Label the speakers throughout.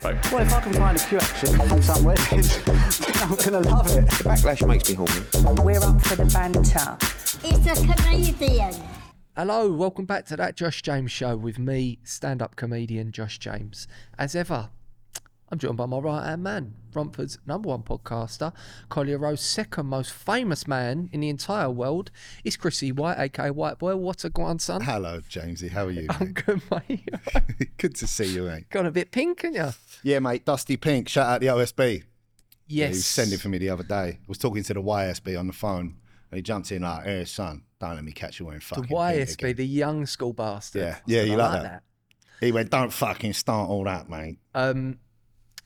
Speaker 1: Bye.
Speaker 2: Well, if I can find a Q action and some wedges, then I'm going to love it.
Speaker 3: Backlash makes me horny.
Speaker 4: We're up for the banter.
Speaker 5: It's a comedian.
Speaker 6: Hello, welcome back to that Josh James show with me, stand up comedian Josh James. As ever, I'm joined by my right hand man, Romford's number one podcaster, Collier Rowe's second most famous man in the entire world. It's Chrissy White, aka White Boy. What a grandson.
Speaker 7: Hello, Jamesy. How are you?
Speaker 6: I'm good, mate.
Speaker 7: mate? Good to see you, mate.
Speaker 6: Got a bit pink, ain't you?
Speaker 7: Yeah, mate. Dusty Pink. Shout out the OSB. He
Speaker 6: Yes.
Speaker 7: was sending for me the other day. I was talking to the YSB on the phone, and he jumped in like, "Hey, son, don't let me catch you wearing
Speaker 6: the
Speaker 7: fucking pink
Speaker 6: YSB,
Speaker 7: again."
Speaker 6: the young school bastard.
Speaker 7: Yeah. Yeah, you
Speaker 6: I
Speaker 7: like that. He went, "Don't fucking start all that, mate."
Speaker 6: Um,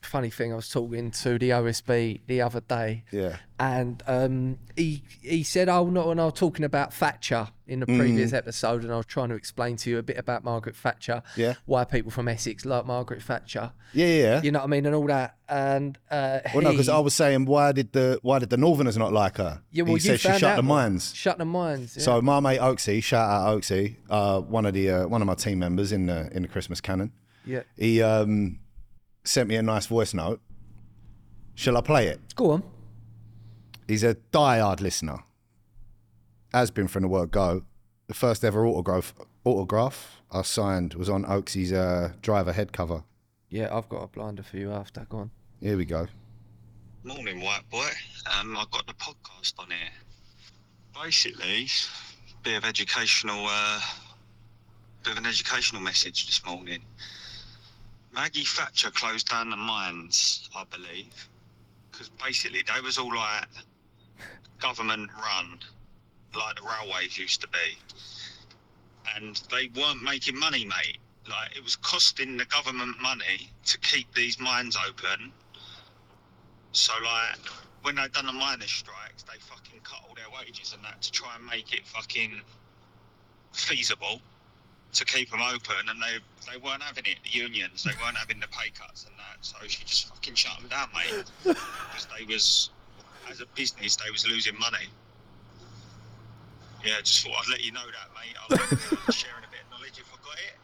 Speaker 6: funny thing, I was talking to the OSB the other day.
Speaker 7: Yeah.
Speaker 6: and um, he he said, "Oh, not when I was talking about Thatcher in
Speaker 7: Mm.
Speaker 6: the previous episode, and I was trying to explain to you a bit about Margaret Thatcher,
Speaker 7: Yeah.
Speaker 6: why people from Essex like Margaret Thatcher,
Speaker 7: Yeah, yeah.
Speaker 6: you know what I mean, and all that." And uh,
Speaker 7: Well, no, because
Speaker 6: he-
Speaker 7: I was saying, why did the why did the Northerners not like her?
Speaker 6: yeah, well,
Speaker 7: he
Speaker 6: you
Speaker 7: said she
Speaker 6: found
Speaker 7: shut
Speaker 6: out
Speaker 7: the
Speaker 6: more.
Speaker 7: mines.
Speaker 6: shut the mines. yeah.
Speaker 7: So my mate Oaksy, shout out Oaksy, uh, one of the uh, one of my team members in the in the Christmas Cannon.
Speaker 6: Yeah.
Speaker 7: He um, sent me a nice voice note. Shall I play it?
Speaker 6: go on.
Speaker 7: He's a diehard listener. Has been from the word go. The first ever autograph autograph I signed was on Oaksy's uh, driver head cover.
Speaker 6: Yeah, I've got a blinder for you after. Go on.
Speaker 7: Here we go.
Speaker 8: Morning, white boy. Um, I've got the podcast on here. Basically, bit of educational, uh, bit of an educational message this morning. Maggie Thatcher closed down the mines, I believe, because basically they was all like government run, like the railways used to be, and they weren't making money, mate. Like it was costing the government money to keep these mines open so like when they done the miners strikes, they fucking cut all their wages and that to try and make it fucking feasible to keep them open. And they they weren't having it. The unions they weren't having the pay cuts and that. So she just fucking shut them down, mate, because they was as a business they was losing money. Yeah, just thought I'd let you know that, mate. I was sharing a bit of knowledge if I got it.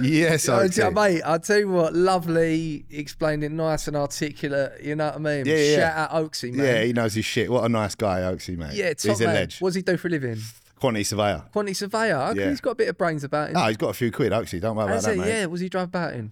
Speaker 7: Yes,
Speaker 6: Oh, yeah,
Speaker 7: Oaksy.
Speaker 6: mate, I'll tell you what, lovely, explained it nice and articulate, you know what I mean?
Speaker 7: Yeah, yeah.
Speaker 6: Shout out Oaksy, man.
Speaker 7: Yeah, he knows his shit. What a nice guy, Oaksy, mate.
Speaker 6: yeah top
Speaker 7: he's a
Speaker 6: man.
Speaker 7: ledge.
Speaker 6: What does he do for a living?
Speaker 7: Quantity surveyor.
Speaker 6: Quantity surveyor. Okay,
Speaker 7: Yeah.
Speaker 6: He's got a bit of brains about him.
Speaker 7: No, he's got a few quid, Oaksy. Don't worry
Speaker 6: I
Speaker 7: about
Speaker 6: say,
Speaker 7: that, mate.
Speaker 6: yeah, was he drive batting?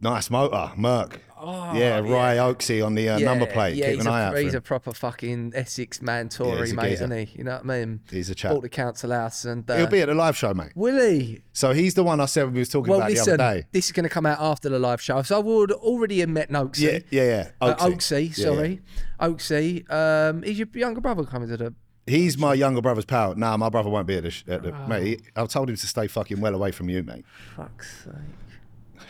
Speaker 7: Nice motor, Merc. yeah, Rye Oaksy on the uh,
Speaker 6: Ah, yeah,
Speaker 7: number plate.
Speaker 6: Yeah,
Speaker 7: Keep
Speaker 6: he's,
Speaker 7: an
Speaker 6: a,
Speaker 7: eye out for
Speaker 6: he's a
Speaker 7: him.
Speaker 6: proper fucking Essex man
Speaker 7: Yeah,
Speaker 6: Tory,
Speaker 7: he's a
Speaker 6: mate,
Speaker 7: geezer.
Speaker 6: isn't he? You know what I mean?
Speaker 7: He's a chap.
Speaker 6: Bought the council house and uh,
Speaker 7: He'll be at the live show, mate.
Speaker 6: will he?
Speaker 7: So he's the one I said we was talking
Speaker 6: Well,
Speaker 7: about
Speaker 6: listen,
Speaker 7: the other day.
Speaker 6: this is going to come out after the live show, so I would already have met Noxie.
Speaker 7: Yeah, yeah, yeah.
Speaker 6: Uh,
Speaker 7: Oaksy.
Speaker 6: Oaksy,
Speaker 7: Yeah,
Speaker 6: sorry, Oaksy. Um, is your younger brother coming to the?
Speaker 7: yeah. He's my younger brother's pal. Nah, my brother won't be at the. Sh- at the
Speaker 6: Ah.
Speaker 7: Mate, he- I've told him to stay fucking well away from you, mate.
Speaker 6: Fuck's sake.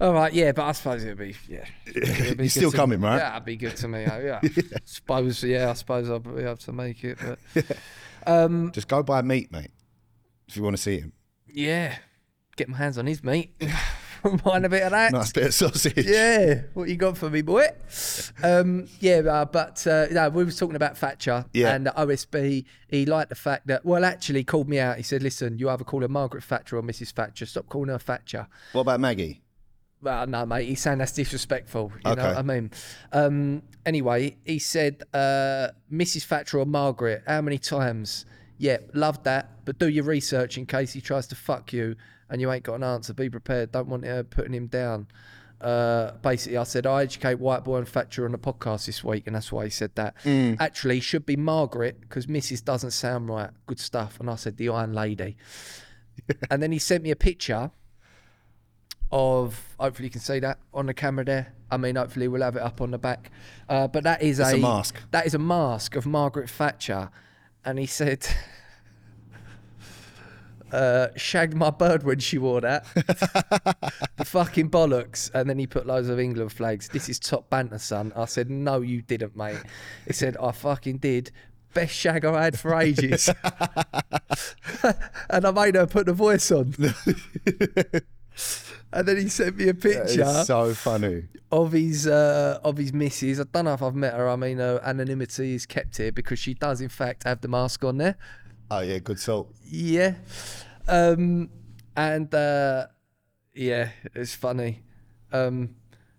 Speaker 6: All right, yeah, but I suppose it'd be yeah. It'd be
Speaker 7: You're
Speaker 6: good
Speaker 7: still
Speaker 6: to-
Speaker 7: coming, right?
Speaker 6: That'd be good to me. I- Yeah, I suppose. Yeah, I suppose I'll be able to make it. But um,
Speaker 7: Just go buy meat, mate, if you want to see him.
Speaker 6: yeah, get my hands on his meat. Mind a bit of that.
Speaker 7: Nice bit of sausage.
Speaker 6: Yeah, what you got for me, boy? Um, yeah, uh, but uh, no, we were talking about Thatcher
Speaker 7: Yeah.
Speaker 6: and the OSB. He liked the fact that, well, actually, called me out. He said, "Listen, you either call her Margaret Thatcher or Mrs. Thatcher. Stop calling her Thatcher."
Speaker 7: What about Maggie?
Speaker 6: Well, no, mate, he's saying that's disrespectful. You know
Speaker 7: Okay.
Speaker 6: what I mean? Um, anyway, he said, uh, Mrs. Thatcher or Margaret, how many times? Yeah, love that, but do your research in case he tries to fuck you and you ain't got an answer. Be prepared. Don't want her putting him down. Uh, basically, I said, I educate White Boy and Thatcher on the podcast this week, and that's why he said that. Actually, should be Margaret because Mrs. doesn't sound right. Good stuff. And I said, The Iron Lady. and then he sent me a picture of hopefully you can see that on the camera there. I mean, hopefully we'll have it up on the back. Uh, but that is
Speaker 7: a mask.
Speaker 6: That is a mask of Margaret Thatcher, and he said, uh, "Shagged my bird when she wore that." the fucking bollocks. And then he put loads of England flags. This is top banter, son. I said, "No, you didn't, mate." He said, "I fucking did." Best shag I had for ages, and I made her put the voice on. And then he sent me a
Speaker 7: That
Speaker 6: picture
Speaker 7: is so funny.
Speaker 6: of his uh, of his missus. I don't know if I've met her. I mean, her anonymity is kept here because she does, in fact, have the mask on there.
Speaker 7: Oh yeah, good salt.
Speaker 6: Yeah. Um, and uh, yeah, it's funny. Um,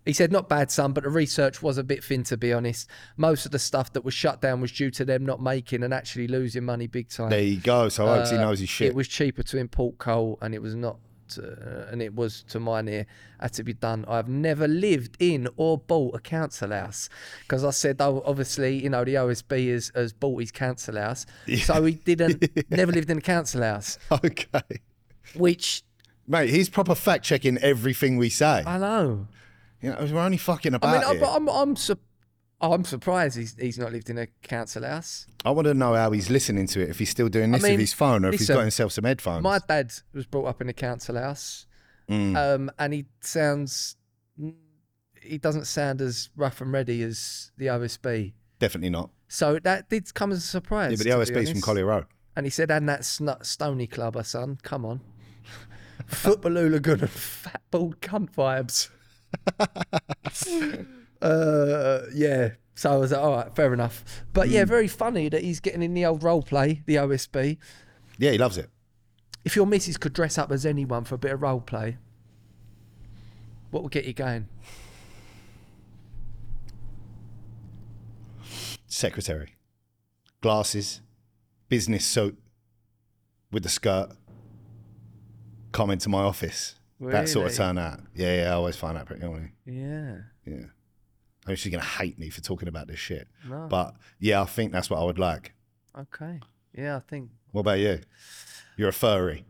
Speaker 6: he said, not bad, son, but the research was a bit thin, to be honest. Most of the stuff that was shut down was due to them not making and actually losing money big time.
Speaker 7: There you go. So Oaksy knows his shit.
Speaker 6: Uh, It was cheaper to import coal, and it was not, to, and it was to mine here, had to be done. I've never lived in or bought a council house because I said, oh, obviously, you know, the OSB has, has bought his council house, so he didn't, never lived in a council house,
Speaker 7: okay.
Speaker 6: which
Speaker 7: Mate, he's proper fact checking everything we say.
Speaker 6: I know.
Speaker 7: You know, we're only fucking
Speaker 6: I mean,
Speaker 7: about
Speaker 6: I'm,
Speaker 7: it.
Speaker 6: I'm, I'm, su- oh, I'm surprised he's, he's not lived in a council house.
Speaker 7: I want to know how he's listening to it. If he's still doing this
Speaker 6: mean,
Speaker 7: with his phone, or if he's
Speaker 6: listen,
Speaker 7: got himself some headphones.
Speaker 6: My dad was brought up in a council house,
Speaker 7: Mm.
Speaker 6: um, and he sounds he doesn't sound as rough and ready as the OSB.
Speaker 7: Definitely not.
Speaker 6: So that did come as a surprise.
Speaker 7: Yeah, but the
Speaker 6: to be
Speaker 7: OSB's from
Speaker 6: honest.
Speaker 7: Collier Road.
Speaker 6: And he said, and that sn- Stony Clubber, son, come on. Football hooligan and fat bald cunt vibes. uh, yeah. So I was like, all right, fair enough. But yeah, very funny that he's getting in the old role play, the OSB.
Speaker 7: Yeah, he loves it.
Speaker 6: If your missus could dress up as anyone for a bit of role play, what would get you going?
Speaker 7: Secretary, glasses, business suit, with the skirt. Come into my office. That sort of
Speaker 6: Really?
Speaker 7: turn out. Yeah, yeah. I always find that pretty funny.
Speaker 6: Yeah.
Speaker 7: Yeah. I mean, she's gonna hate me for talking about this shit.
Speaker 6: No.
Speaker 7: But yeah, I think that's what I would like.
Speaker 6: Okay. Yeah, I think.
Speaker 7: What about you? You're a furry.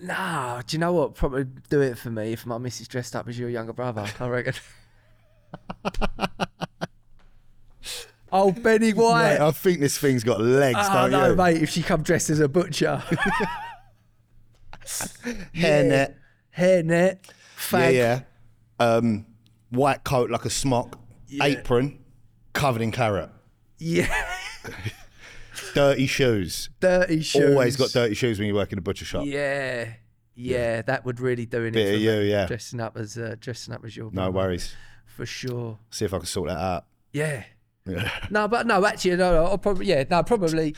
Speaker 6: Nah, do you know what? Probably do it for me if my missus dressed up as your younger brother. I reckon. oh, Benny White.
Speaker 7: Mate, I think this thing's got legs,
Speaker 6: oh
Speaker 7: don't
Speaker 6: no,
Speaker 7: you?
Speaker 6: mate! If she come dressed as a butcher,
Speaker 7: Hairnet.
Speaker 6: hairnet,
Speaker 7: Yeah,
Speaker 6: fag.
Speaker 7: yeah. Um, white coat like a smock, apron, covered in claret,
Speaker 6: Yeah.
Speaker 7: dirty shoes.
Speaker 6: dirty shoes.
Speaker 7: Always got dirty shoes when you work in a butcher shop.
Speaker 6: Yeah. Yeah, that would really do it.
Speaker 7: Bit
Speaker 6: for
Speaker 7: of
Speaker 6: me,
Speaker 7: you, yeah.
Speaker 6: Dressing up as uh, dressing up as your
Speaker 7: No
Speaker 6: brother,
Speaker 7: worries.
Speaker 6: for sure.
Speaker 7: See if I can sort that out.
Speaker 6: Yeah.
Speaker 7: Yeah.
Speaker 6: No, but no, actually, no, no I'll probably, yeah, no, probably,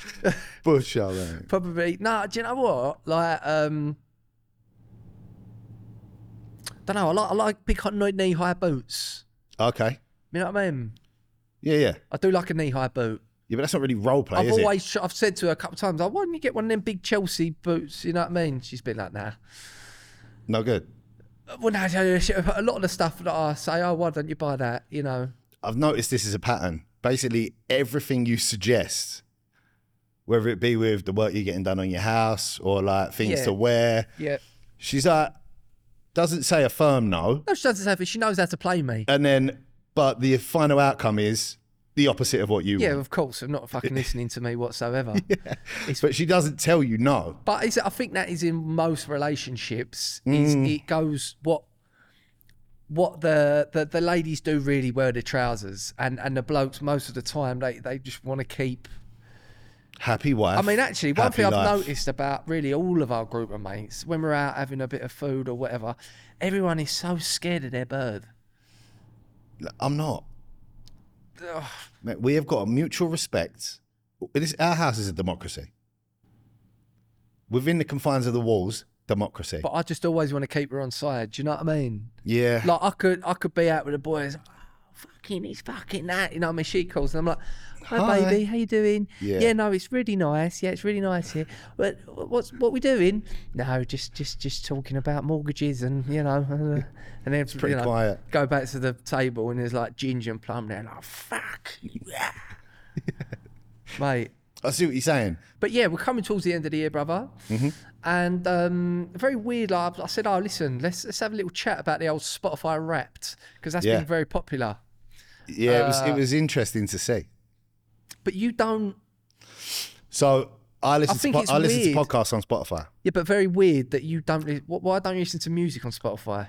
Speaker 7: Butcher, mate.
Speaker 6: probably, no, do you know what? Like, um, don't know, I like, I like big knee high boots.
Speaker 7: Okay.
Speaker 6: You know what I mean?
Speaker 7: Yeah, yeah.
Speaker 6: I do like a knee high boot.
Speaker 7: Yeah, but that's not really role play,
Speaker 6: I've
Speaker 7: Oh, is
Speaker 6: always, tr- I've said to her a couple of times, like, why don't you get one of them big Chelsea boots? You know what I mean? She's been like, nah.
Speaker 7: it? No good.
Speaker 6: Well, no, no, she- a lot of the stuff that I say, oh, why don't you buy that? You know,
Speaker 7: I've noticed this is a pattern. Basically, everything you suggest, whether it be with the work you're getting done on your house or like things
Speaker 6: Yeah.
Speaker 7: to wear,
Speaker 6: yeah.
Speaker 7: she's like, doesn't say a firm no.
Speaker 6: No, she doesn't say it. She knows how to play me.
Speaker 7: And then, but the final outcome is the opposite of what you
Speaker 6: yeah,
Speaker 7: want.
Speaker 6: of course. I'm not fucking listening to me whatsoever.
Speaker 7: But she doesn't tell you no.
Speaker 6: But is, I think that is in most relationships. Is
Speaker 7: Mm.
Speaker 6: it goes what what the, the the ladies do really wear the trousers, and and the blokes most of the time they they just want to keep.
Speaker 7: Happy wife.
Speaker 6: I mean, actually, one
Speaker 7: happy
Speaker 6: thing I've
Speaker 7: life.
Speaker 6: noticed about really all of our group of mates when we're out having a bit of food or whatever, everyone is so scared of their bird.
Speaker 7: I'm not.
Speaker 6: Ugh.
Speaker 7: Mate, we have got a mutual respect. This, our house is a democracy. Within the confines of the walls, democracy.
Speaker 6: But I just always want to keep her on side. Do you know what I mean?
Speaker 7: yeah.
Speaker 6: Like I could I could be out with the boys. "Oh, Fucking, it's fucking that. You know, what I mean, she calls and I'm like, "Hi,
Speaker 7: Hi.
Speaker 6: baby, how you doing?
Speaker 7: Yeah.
Speaker 6: no, it's really nice. Yeah, it's really nice here. But what's what we doing? No, just just just talking about mortgages and you know, uh, and then
Speaker 7: pretty
Speaker 6: you know,
Speaker 7: quiet.
Speaker 6: Go back to the table and there's like ginger and plum there. Like fuck, yeah. mate.
Speaker 7: I see what you're saying.
Speaker 6: But yeah, we're coming towards the end of the year, brother.
Speaker 7: Mm-hmm.
Speaker 6: And um, very weird. Like, I said, oh, listen, let's let's have a little chat about the old Spotify Wrapped because that's
Speaker 7: Yeah.
Speaker 6: been very popular.
Speaker 7: Yeah, it, was, it
Speaker 6: Uh,
Speaker 7: was interesting to see.
Speaker 6: But you don't.
Speaker 7: So I listen,
Speaker 6: think
Speaker 7: to,
Speaker 6: it's
Speaker 7: po- I listen to
Speaker 6: weird.
Speaker 7: podcasts on Spotify
Speaker 6: Yeah, but very weird that you don't. li- wh- Why don't you listen to music on Spotify?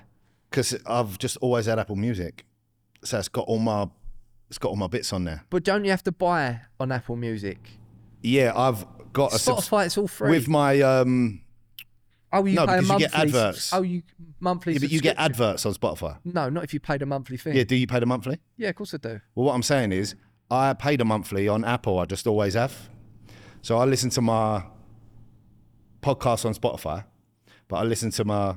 Speaker 7: because I've just always had Apple Music, so it's got all my it's got all my bits on there.
Speaker 6: But don't you have to buy on Apple Music?
Speaker 7: Yeah, I've got a subs-
Speaker 6: Spotify, it's all free.
Speaker 7: with my um.
Speaker 6: oh, you
Speaker 7: no,
Speaker 6: pay a
Speaker 7: because
Speaker 6: monthly.
Speaker 7: you get
Speaker 6: s-
Speaker 7: adverts.
Speaker 6: Oh, you monthly.
Speaker 7: Yeah, but you get
Speaker 6: subscription.
Speaker 7: adverts on Spotify.
Speaker 6: No, not if you paid a monthly thing.
Speaker 7: Yeah,
Speaker 6: Yeah,
Speaker 7: do you pay the monthly?
Speaker 6: of course I do.
Speaker 7: Well, what I'm saying is, I pay the monthly on Apple. I just always have. So I listen to my podcast on Spotify, but I listen to my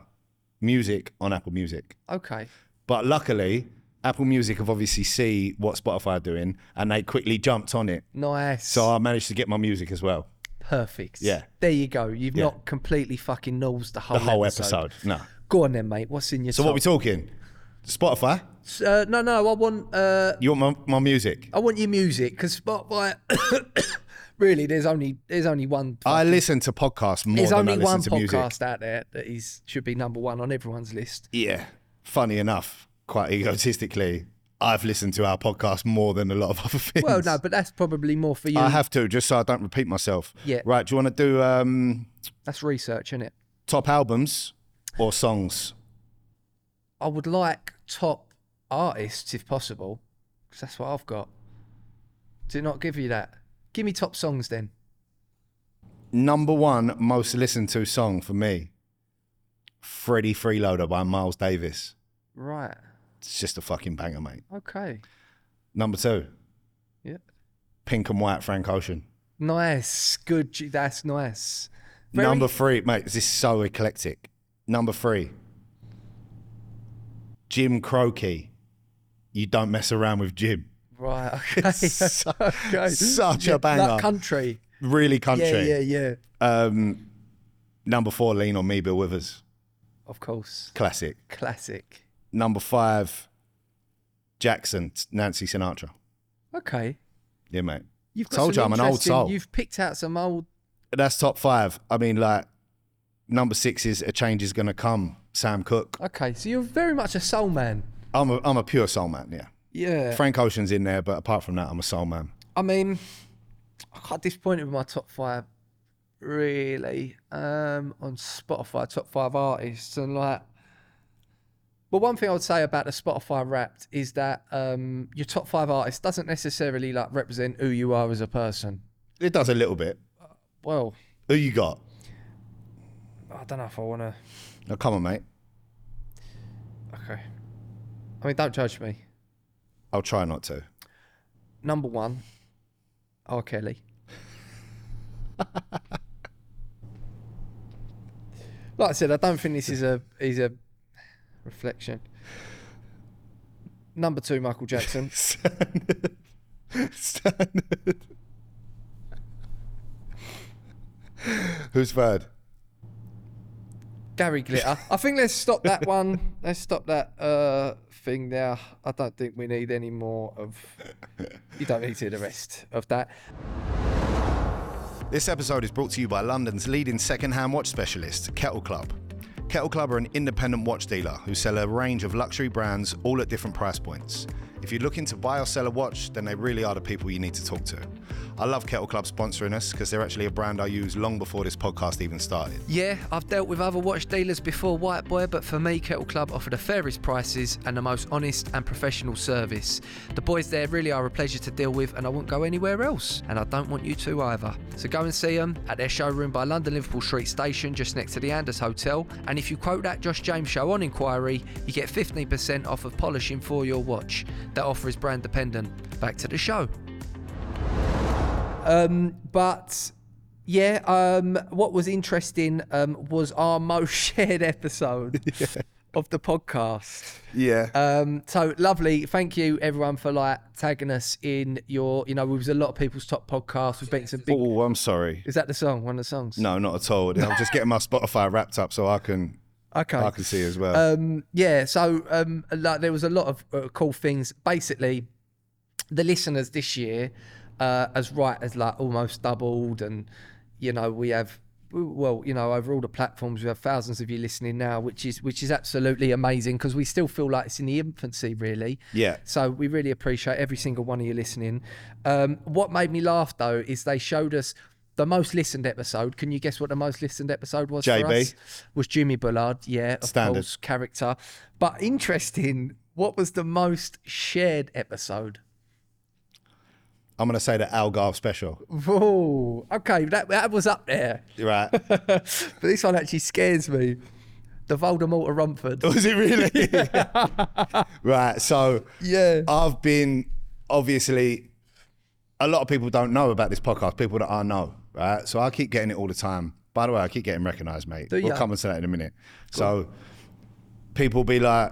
Speaker 7: music on Apple Music.
Speaker 6: Okay.
Speaker 7: But luckily, Apple Music have obviously see what Spotify are doing, and they quickly jumped on it.
Speaker 6: Nice.
Speaker 7: So I managed to get my music as well.
Speaker 6: Perfect.
Speaker 7: Yeah.
Speaker 6: There you go. You've not completely fucking nosed the whole,
Speaker 7: The whole episode. No.
Speaker 6: Go on then, mate. What's in your
Speaker 7: So what are we talking? Spotify.
Speaker 6: top? Uh, no, no. I want uh,
Speaker 7: You want my, my music?
Speaker 6: I want your music because Spotify. really, there's only there's only one.
Speaker 7: I listen to podcasts more
Speaker 6: there's
Speaker 7: than
Speaker 6: only
Speaker 7: I listen
Speaker 6: one
Speaker 7: to
Speaker 6: podcast
Speaker 7: music.
Speaker 6: out there that is should be number one on everyone's list.
Speaker 7: Yeah. Funny enough, quite egotistically, I've listened to our podcast more than a lot of other things.
Speaker 6: Well, no, but that's probably more for you.
Speaker 7: I have to just so I don't repeat myself.
Speaker 6: Yeah.
Speaker 7: Right. Do you want to do um,
Speaker 6: That's research, is it?
Speaker 7: top albums or songs?
Speaker 6: I would like top artists if possible, because that's what I've got. Did it not give you that? Give me top songs then.
Speaker 7: Number one most listened to song for me, Freddie Freeloader by Miles Davis.
Speaker 6: Right.
Speaker 7: It's just a fucking banger, mate.
Speaker 6: Okay.
Speaker 7: Number two,
Speaker 6: Yeah.
Speaker 7: Pink and White, Frank Ocean.
Speaker 6: Nice. Good. G- That's nice. Very-
Speaker 7: Number three, mate, this is so eclectic. Number three, Jim Crokey. You don't mess around with Jim.
Speaker 6: Right. Okay.
Speaker 7: It's su-
Speaker 6: okay.
Speaker 7: such a
Speaker 6: Yeah, like
Speaker 7: banger.
Speaker 6: country.
Speaker 7: Really country.
Speaker 6: Yeah. Yeah. Yeah.
Speaker 7: Um, number four, Lean on Me, Bill Withers.
Speaker 6: Of course.
Speaker 7: Classic.
Speaker 6: Classic.
Speaker 7: Number five, Jackson, Nancy Sinatra.
Speaker 6: Okay.
Speaker 7: Yeah, mate.
Speaker 6: You've got
Speaker 7: Told
Speaker 6: some
Speaker 7: you I'm an old
Speaker 6: interesting-
Speaker 7: soul.
Speaker 6: You've picked out some old.
Speaker 7: That's top five. I mean, like, number six is A Change Is Gonna Come, Sam Cooke.
Speaker 6: Okay. So you're very much a soul man.
Speaker 7: I'm a, I'm a pure soul man, yeah.
Speaker 6: Yeah.
Speaker 7: Frank Ocean's in there, but apart from that, I'm a soul man.
Speaker 6: I mean, I'm quite disappointed with my top five, really, um, on Spotify, top five artists. And like, but one thing I would say about the Spotify wrapped is that um, your top five artists doesn't necessarily like represent who you are as a person.
Speaker 7: It does a little bit.
Speaker 6: Well,
Speaker 7: Who you got?
Speaker 6: I don't know if I want to.
Speaker 7: Oh, come on, mate.
Speaker 6: Okay. I mean, don't judge me.
Speaker 7: I'll try not to.
Speaker 6: Number one, R. Kelly. like I said, I don't think this is a is a reflection. Number two, Michael Jackson.
Speaker 7: Standard. Standard. Who's third?
Speaker 6: Gary Glitter. I think let's stop that one. Let's stop that uh, thing there. I don't think we need any more of. You don't need to hear the rest of that.
Speaker 7: This episode is brought to you by London's leading second-hand watch specialist, Kettle Club. Kettle Club are an independent watch dealer who sell a range of luxury brands all at different price points. If you're looking to buy or sell a watch, then they really are the people you need to talk to. I love Kettle Club sponsoring us because they're actually a brand I used long before this podcast even started.
Speaker 6: Yeah, I've dealt with other watch dealers before White Boy, but for me, Kettle Club offer the fairest prices and the most honest and professional service. The boys there really are a pleasure to deal with, and I won't go anywhere else, and I don't want you to either. So go and see them at their showroom by London Liverpool Street Station, just next to the Anders Hotel. And if you quote that Josh James show on inquiry, you get 15% off of polishing for your watch. That offer is brand dependent. Back to the show. Um, but yeah, um, what was interesting um, was our most shared episode of the podcast.
Speaker 7: Yeah.
Speaker 6: Um, so lovely. Thank you everyone for like tagging us in your, you know, we was a lot of people's top podcasts. We've been some big.
Speaker 7: oh, I'm sorry.
Speaker 6: Is that the song? One of the songs?
Speaker 7: No, not at all. I'm just getting my Spotify wrapped up so I can
Speaker 6: Okay.
Speaker 7: I can see as well.
Speaker 6: um, yeah, so um, like there was a lot of uh, cool things. Basically, the listeners this year, uh, as right as like almost doubled, and you know we have well, you know over all the platforms we have thousands of you listening now, which is which is absolutely amazing because we still feel like it's in the infancy really.
Speaker 7: Yeah.
Speaker 6: So we really appreciate every single one of you listening. Um, what made me laugh though is they showed us. The most listened episode. Can you guess what the most listened episode was? for
Speaker 7: JB.
Speaker 6: us? was Jimmy Bullard. Yeah, of
Speaker 7: Standard.
Speaker 6: course, character. But interesting, what was the most shared episode?
Speaker 7: I'm gonna say the Algarve special.
Speaker 6: Whoa, okay, that, that was up there.
Speaker 7: Right.
Speaker 6: but this one actually scares me. The Voldemort of Romford.
Speaker 7: Was it really? right. So
Speaker 6: Yeah.
Speaker 7: I've been obviously a lot of people don't know about this podcast, people that I know, right? So I keep getting it all the time. By the way, I keep getting recognized, mate.
Speaker 6: Do
Speaker 7: we'll
Speaker 6: ya?
Speaker 7: come and say that in a minute. So people be like,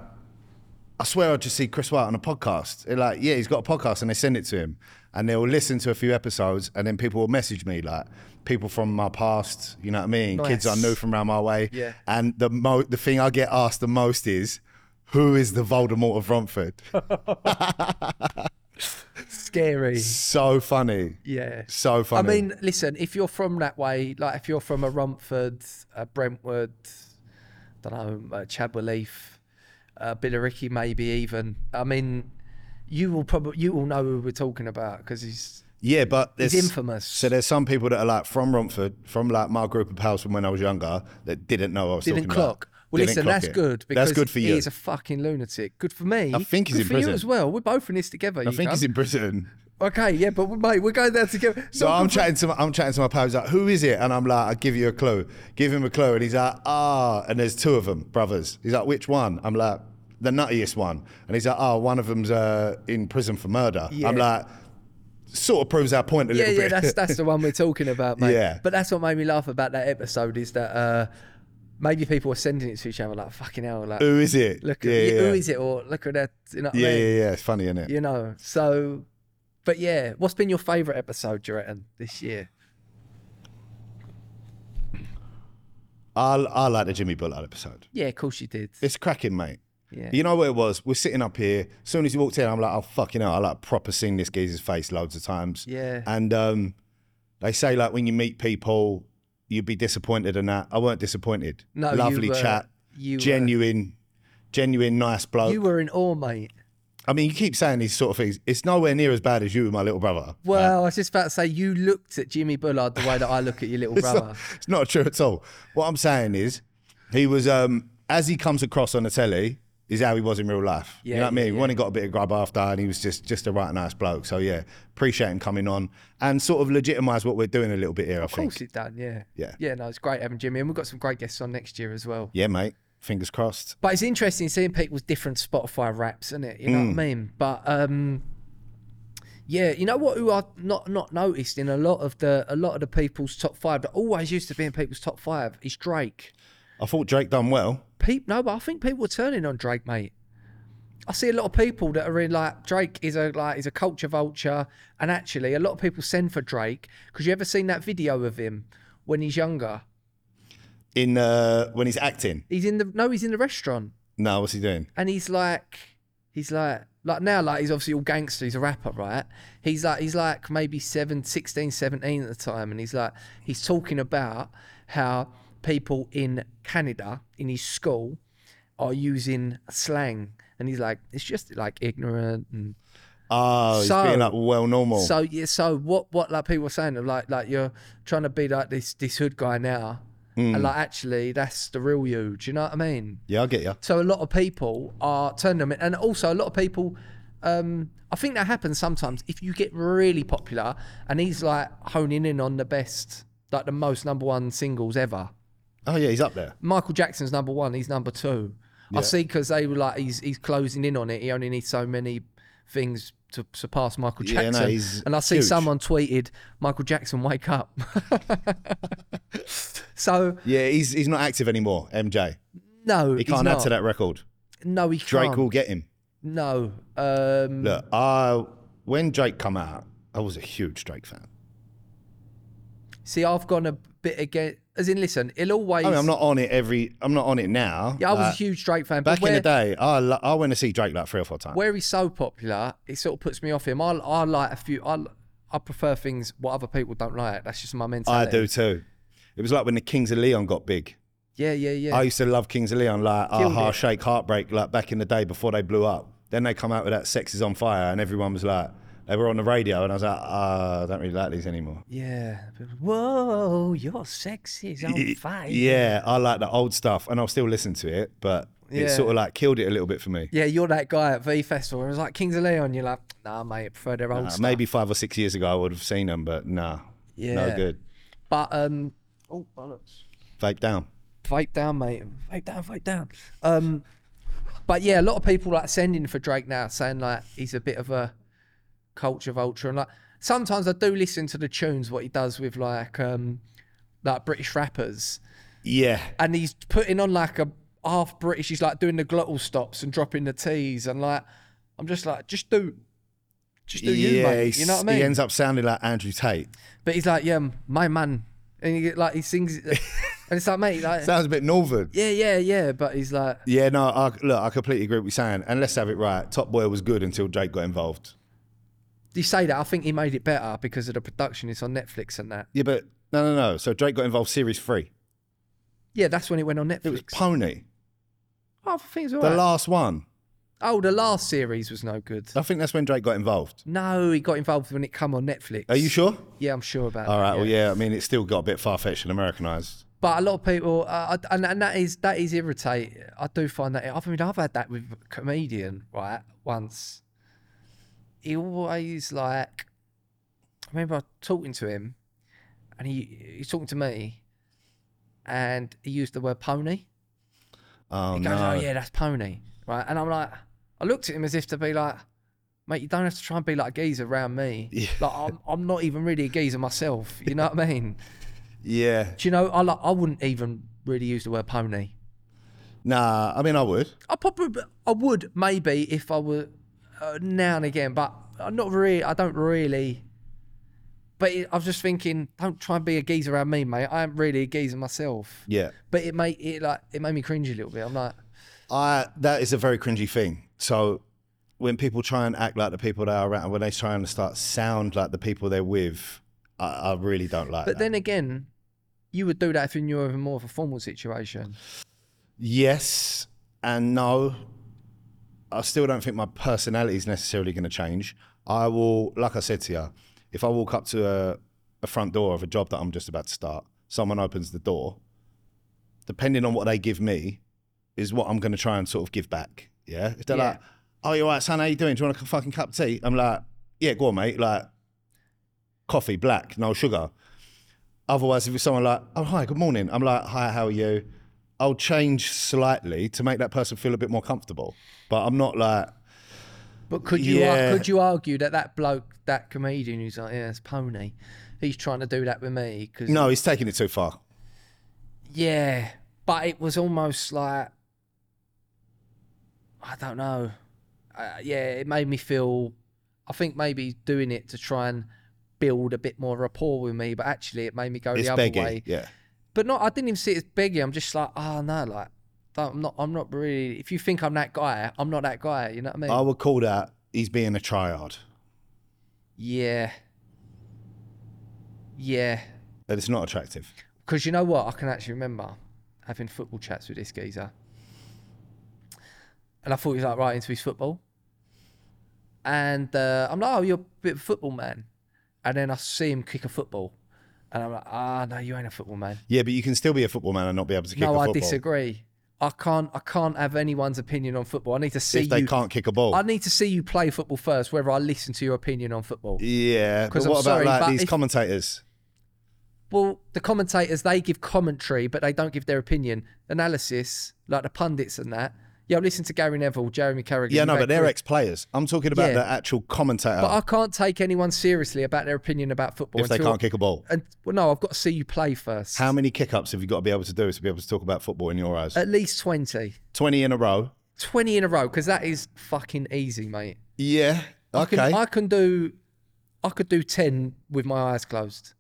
Speaker 7: I swear I just see Chris White on a podcast. They're like, yeah, he's got a podcast, and they send it to him, and they'll listen to a few episodes, and then people will message me like people from my past, you know what I mean? Kids I
Speaker 6: Nice.
Speaker 7: knew from around my way.
Speaker 6: Yeah.
Speaker 7: And the mo- the thing I get asked the most is, who is the Voldemort of Romford?
Speaker 6: Scary.
Speaker 7: so funny.
Speaker 6: Yeah.
Speaker 7: So funny.
Speaker 6: I mean, listen, if you're from that way, like if you're from a Romford, a Brentwood, don't know, a Chadwellheath, a Billericay, maybe even. I mean, you will probably you will know who we're talking about because he's
Speaker 7: Yeah, but
Speaker 6: He's
Speaker 7: there's-
Speaker 6: infamous.
Speaker 7: So there's some people that are like from Romford, from like my group of pals from when I was younger, that didn't know I was
Speaker 6: didn't
Speaker 7: talking
Speaker 6: clock.
Speaker 7: about.
Speaker 6: Well,
Speaker 7: Didn't
Speaker 6: listen,
Speaker 7: clock
Speaker 6: that's
Speaker 7: it.
Speaker 6: good because
Speaker 7: that's good for you.
Speaker 6: He's a fucking lunatic. Good for me.
Speaker 7: I think he's
Speaker 6: good
Speaker 7: in
Speaker 6: for
Speaker 7: prison.
Speaker 6: you as well. We're both in this together.
Speaker 7: I think he's in prison.
Speaker 6: Okay, yeah, but mate, we're going there together.
Speaker 7: So I'm chatting to my, I'm chatting to my pal. He's like, "Who is it?" And I'm like, "I give you a clue. Give him a clue." And he's like, "Ah." And there's two of them, brothers. He's like, "Which one?" I'm like, "The nuttiest one." And he's like, "Oh, one of them's uh, in prison for murder."
Speaker 6: Yeah.
Speaker 7: I'm like, sort of proves our point a
Speaker 6: yeah,
Speaker 7: little
Speaker 6: yeah,
Speaker 7: bit.
Speaker 6: that's that's the one we're talking about, mate.
Speaker 7: Yeah.
Speaker 6: But that's what made me laugh about that episode is that uh, maybe people were sending it to each other like fucking hell, like
Speaker 7: who is it?
Speaker 6: look at
Speaker 7: yeah, yeah,
Speaker 6: who
Speaker 7: yeah.
Speaker 6: is it or look at that, you know what
Speaker 7: Yeah,
Speaker 6: I
Speaker 7: yeah,
Speaker 6: mean?
Speaker 7: yeah. It's funny, isn't it?
Speaker 6: You know, so. But yeah, what's been your favourite episode, do you reckon, this year?
Speaker 7: I, I like the Jimmy Bullard episode.
Speaker 6: Yeah, of course you did.
Speaker 7: It's cracking, mate.
Speaker 6: Yeah.
Speaker 7: You know what it was? We're sitting up here. As soon as you walked in, I'm like, oh, fucking hell. I like proper seen this geezer's face loads of times.
Speaker 6: Yeah.
Speaker 7: And um, they say, like, when you meet people, you'd be disappointed and that. I weren't disappointed.
Speaker 6: No, you
Speaker 7: Lovely
Speaker 6: were-
Speaker 7: chat.
Speaker 6: you were-
Speaker 7: genuine, genuine, nice bloke.
Speaker 6: You were in awe, mate.
Speaker 7: I mean, you keep saying these sort of things. It's nowhere near as bad as you and my little brother.
Speaker 6: Well, I was just about to say you looked at Jimmy Bullard the way that I look at your little brother.
Speaker 7: It's not true at all. What I'm saying is, he was um, as he comes across on the telly is how he was in real life.
Speaker 6: Yeah,
Speaker 7: you know what I
Speaker 6: yeah,
Speaker 7: mean? When he got a bit of grub after, and he was just just a right nice bloke. So yeah, appreciate him coming on and sort of legitimise what we're doing a little bit here. I
Speaker 6: Of course
Speaker 7: think.
Speaker 6: it done, yeah.
Speaker 7: Yeah.
Speaker 6: Yeah, no, it's great having Jimmy, and we've got some great guests on next year as well.
Speaker 7: Yeah, mate. Fingers crossed.
Speaker 6: But it's interesting seeing people's different Spotify raps, isn't it? You know
Speaker 7: Mm.
Speaker 6: what I mean? But um yeah, you know what who I've not not noticed in a lot of the a lot of the people's top five that always used to be in people's top five is Drake.
Speaker 7: I thought Drake done well.
Speaker 6: Peep no, but I think people are turning on Drake, mate. I see a lot of people that are in like Drake is a like is a culture vulture, and actually a lot of people send for Drake because you ever seen that video of him when he's younger?
Speaker 7: In uh, when he's acting,
Speaker 6: He's in the no, he's in the restaurant.
Speaker 7: no, what's he doing?
Speaker 6: and he's like he's like like now like he's obviously all gangster he's a rapper right he's like he's like maybe 7 16 17 at the time and he's like he's talking about how people in canada in his school are using slang and he's like it's just like ignorant and
Speaker 7: Oh, he's
Speaker 6: So-
Speaker 7: being like well normal.
Speaker 6: so yeah so what what like people are saying of like like you're trying to be like this this hood guy now and like actually that's the real you do you know what i mean
Speaker 7: yeah, I get you.
Speaker 6: so a lot of people are turning them, in. and also a lot of people. Um, I think that happens sometimes if you get really popular, and he's like honing in on the best, like the most number one singles ever.
Speaker 7: Oh yeah, he's up there.
Speaker 6: Michael Jackson's number one. He's number two. I see because they were like he's he's closing in on it. He only needs so many things to surpass Michael
Speaker 7: Yeah, no,
Speaker 6: Jackson.
Speaker 7: he's
Speaker 6: and I see
Speaker 7: huge.
Speaker 6: someone tweeted, "Michael Jackson, wake up." so
Speaker 7: Yeah, he's he's not active anymore. MJ,
Speaker 6: no,
Speaker 7: he can't add to that record.
Speaker 6: No, he
Speaker 7: Drake
Speaker 6: can't.
Speaker 7: will get him.
Speaker 6: No, um,
Speaker 7: Look, I when Drake come out, I was a huge Drake fan.
Speaker 6: See, I've gone a bit again. As in, listen, it'll always.
Speaker 7: I mean, I'm not on it every. I'm not on it now.
Speaker 6: Yeah, I was a
Speaker 7: Like,
Speaker 6: huge Drake fan. but
Speaker 7: back in
Speaker 6: where-
Speaker 7: the day. I lo- I went to see Drake like three or four times.
Speaker 6: where he's so popular, it sort of puts me off him. I, I like a few. I, I prefer things what other people don't like. That's just my
Speaker 7: I
Speaker 6: mentality.
Speaker 7: do too. It was like when the Kings of Leon got big.
Speaker 6: Yeah, yeah, yeah.
Speaker 7: I used to love Kings of Leon, like
Speaker 6: Killed
Speaker 7: Aha,
Speaker 6: it.
Speaker 7: Shake, Heartbreak, like back in the day before they blew up. Then they come out with that Sex is on Fire, and everyone was like, they were on the radio, and I was like, ah, I don't really like these anymore.
Speaker 6: yeah. Whoa, your sex is on fire.
Speaker 7: Yeah, I like the old stuff, and I'll still listen to it, but it
Speaker 6: Yeah.
Speaker 7: sort of like killed it a little bit for me.
Speaker 6: Yeah, you're that guy at V Festival. It was like Kings of Leon. You're like, nah, mate, I prefer their old
Speaker 7: Uh,
Speaker 6: stuff.
Speaker 7: maybe five or six years ago, I would have seen them, but nah, no
Speaker 6: Yeah.
Speaker 7: good.
Speaker 6: But um, oh bollocks.
Speaker 7: Vape down.
Speaker 6: Vape down, mate. Vape down, vape down. Um, but yeah, a lot of people like sending for Drake now, saying like he's a bit of a culture vulture, and like sometimes I do listen to the tunes what he does with like um like British rappers,
Speaker 7: Yeah,
Speaker 6: and he's putting on like a half British. He's like doing the glottal stops and dropping the T's, and like I'm just like, just do, just do you, mate. You know what I mean?
Speaker 7: He ends up sounding like Andrew Tate.
Speaker 6: but he's like, yeah, um, my man, and he like he sings, it, and it's like, mate, like,
Speaker 7: Sounds a bit northern.
Speaker 6: yeah, yeah, yeah, but he's like,
Speaker 7: Yeah, no, I, look, I completely agree with what you're saying. And let's have it right. Top Boy was good until Drake got involved.
Speaker 6: you say that, I think he made it better because of the production. It's on Netflix and that.
Speaker 7: Yeah, but no, no, no. So Drake got involved series three.
Speaker 6: Yeah, that's when it went on Netflix.
Speaker 7: It was Pony,
Speaker 6: oh, I think it was
Speaker 7: the
Speaker 6: alright.
Speaker 7: last one.
Speaker 6: oh, the last series was no good.
Speaker 7: I think that's when Drake got involved.
Speaker 6: No, he got involved when it come on Netflix.
Speaker 7: Are you sure?
Speaker 6: Yeah, I'm sure about
Speaker 7: All
Speaker 6: that.
Speaker 7: right. Well, yeah. I mean, it still got a bit far fetched and Americanized.
Speaker 6: But a lot of people, uh, I- and, and that is that is irritating. I do find that. I mean, I've had that with a comedian right once. He always like. I remember talking to him, and he he's talking to me, and he used the word pony.
Speaker 7: Oh
Speaker 6: He
Speaker 7: no.
Speaker 6: goes, "Oh yeah, that's pony," right? And I'm like, I looked at him as if to be like, "Mate, you don't have to try and be like a geezer around me. Like I'm, I'm not even really a geezer myself. You know what I mean?"
Speaker 7: Yeah.
Speaker 6: Do you know, I like, I wouldn't even really use the word pony.
Speaker 7: Nah. I mean, I would.
Speaker 6: I probably, I would maybe if I were uh, now and again, but I'm not really. I don't really. But it, I was just thinking, don't try and be a geezer around me, mate. I am really a geezer myself.
Speaker 7: Yeah.
Speaker 6: But it made it like it made me cringe a little bit. I'm like,
Speaker 7: I that is a very cringy thing. So when people try and act like the people they are around, when they try and start sound like the people they're with, I, I really don't like
Speaker 6: but
Speaker 7: that.
Speaker 6: then again, you would do that if you were in more of a formal situation.
Speaker 7: yes and no. I still don't think my personality is necessarily going to change. I will, like I said to you, if I walk up to a, a front door of a job that I'm just about to start, someone opens the door. Depending on what they give me, is what I'm going to try and sort of give back. Yeah. If they're
Speaker 6: Yeah.
Speaker 7: like, "Oh, you're right, son. How you doing? Do you want a c- fucking cup of tea?" I'm like, "Yeah, go on, mate. Like, coffee, black, no sugar." Otherwise, if it's someone like, "Oh, hi, good morning," I'm like, "Hi, how are you?" I'll change slightly to make that person feel a bit more comfortable, but I'm not like,
Speaker 6: But could you ar-
Speaker 7: Yeah.
Speaker 6: could you argue that that bloke, that comedian who's like, yeah, it's pony, he's trying to do that with me because
Speaker 7: "No, he's taking it too far."
Speaker 6: Yeah, but it was almost like I don't know. Uh, yeah, it made me feel. I think maybe doing it to try and build a bit more rapport with me, but actually it made me go
Speaker 7: It's
Speaker 6: the other
Speaker 7: begging.
Speaker 6: way.
Speaker 7: Yeah.
Speaker 6: But not, I didn't even see it as begging. I'm just like, oh no, like don't- I'm not. I'm not really. If you think I'm that guy, I'm not that guy. You know what I mean?
Speaker 7: I would call that he's being a triad.
Speaker 6: yeah, yeah.
Speaker 7: And it's not attractive.
Speaker 6: Because you know what? I can actually remember having football chats with this geezer. And I thought he was like right into his football. And uh, I'm like, oh, you're a bit of a football man. And then I see him kick a football. And I'm like, ah, no, you ain't a football man.
Speaker 7: Yeah, but you can still be a football man and not be able to kick a
Speaker 6: no,
Speaker 7: football.
Speaker 6: I disagree. I can't I can't have anyone's opinion on football. I need to see
Speaker 7: If they
Speaker 6: you
Speaker 7: can't kick a ball.
Speaker 6: I need to see you play football first, whether I listen to your opinion on football.
Speaker 7: Yeah, but
Speaker 6: 'Cause
Speaker 7: what
Speaker 6: I'm
Speaker 7: about
Speaker 6: sorry,
Speaker 7: like
Speaker 6: but
Speaker 7: these
Speaker 6: if-
Speaker 7: commentators?
Speaker 6: Well, the commentators they give commentary, but they don't give their opinion analysis, like the pundits and that. Yeah, I listen to Gary Neville, Jeremy Carragher.
Speaker 7: Yeah,
Speaker 6: you
Speaker 7: no,
Speaker 6: go
Speaker 7: but they're
Speaker 6: through-
Speaker 7: ex-players. I'm talking about
Speaker 6: Yeah.
Speaker 7: the actual commentator.
Speaker 6: But I can't take anyone seriously about their opinion about football
Speaker 7: if they
Speaker 6: until-
Speaker 7: can't kick a ball,
Speaker 6: And well, no, I've got to see you play first.
Speaker 7: how many kick-ups have you got to be able to do to be able to talk about football in your eyes?
Speaker 6: At least 20.
Speaker 7: Twenty in a row.
Speaker 6: 20 in a row, because that is fucking easy, mate.
Speaker 7: Yeah.
Speaker 6: I
Speaker 7: Okay.
Speaker 6: can, I can do, I could do 10 with my eyes closed.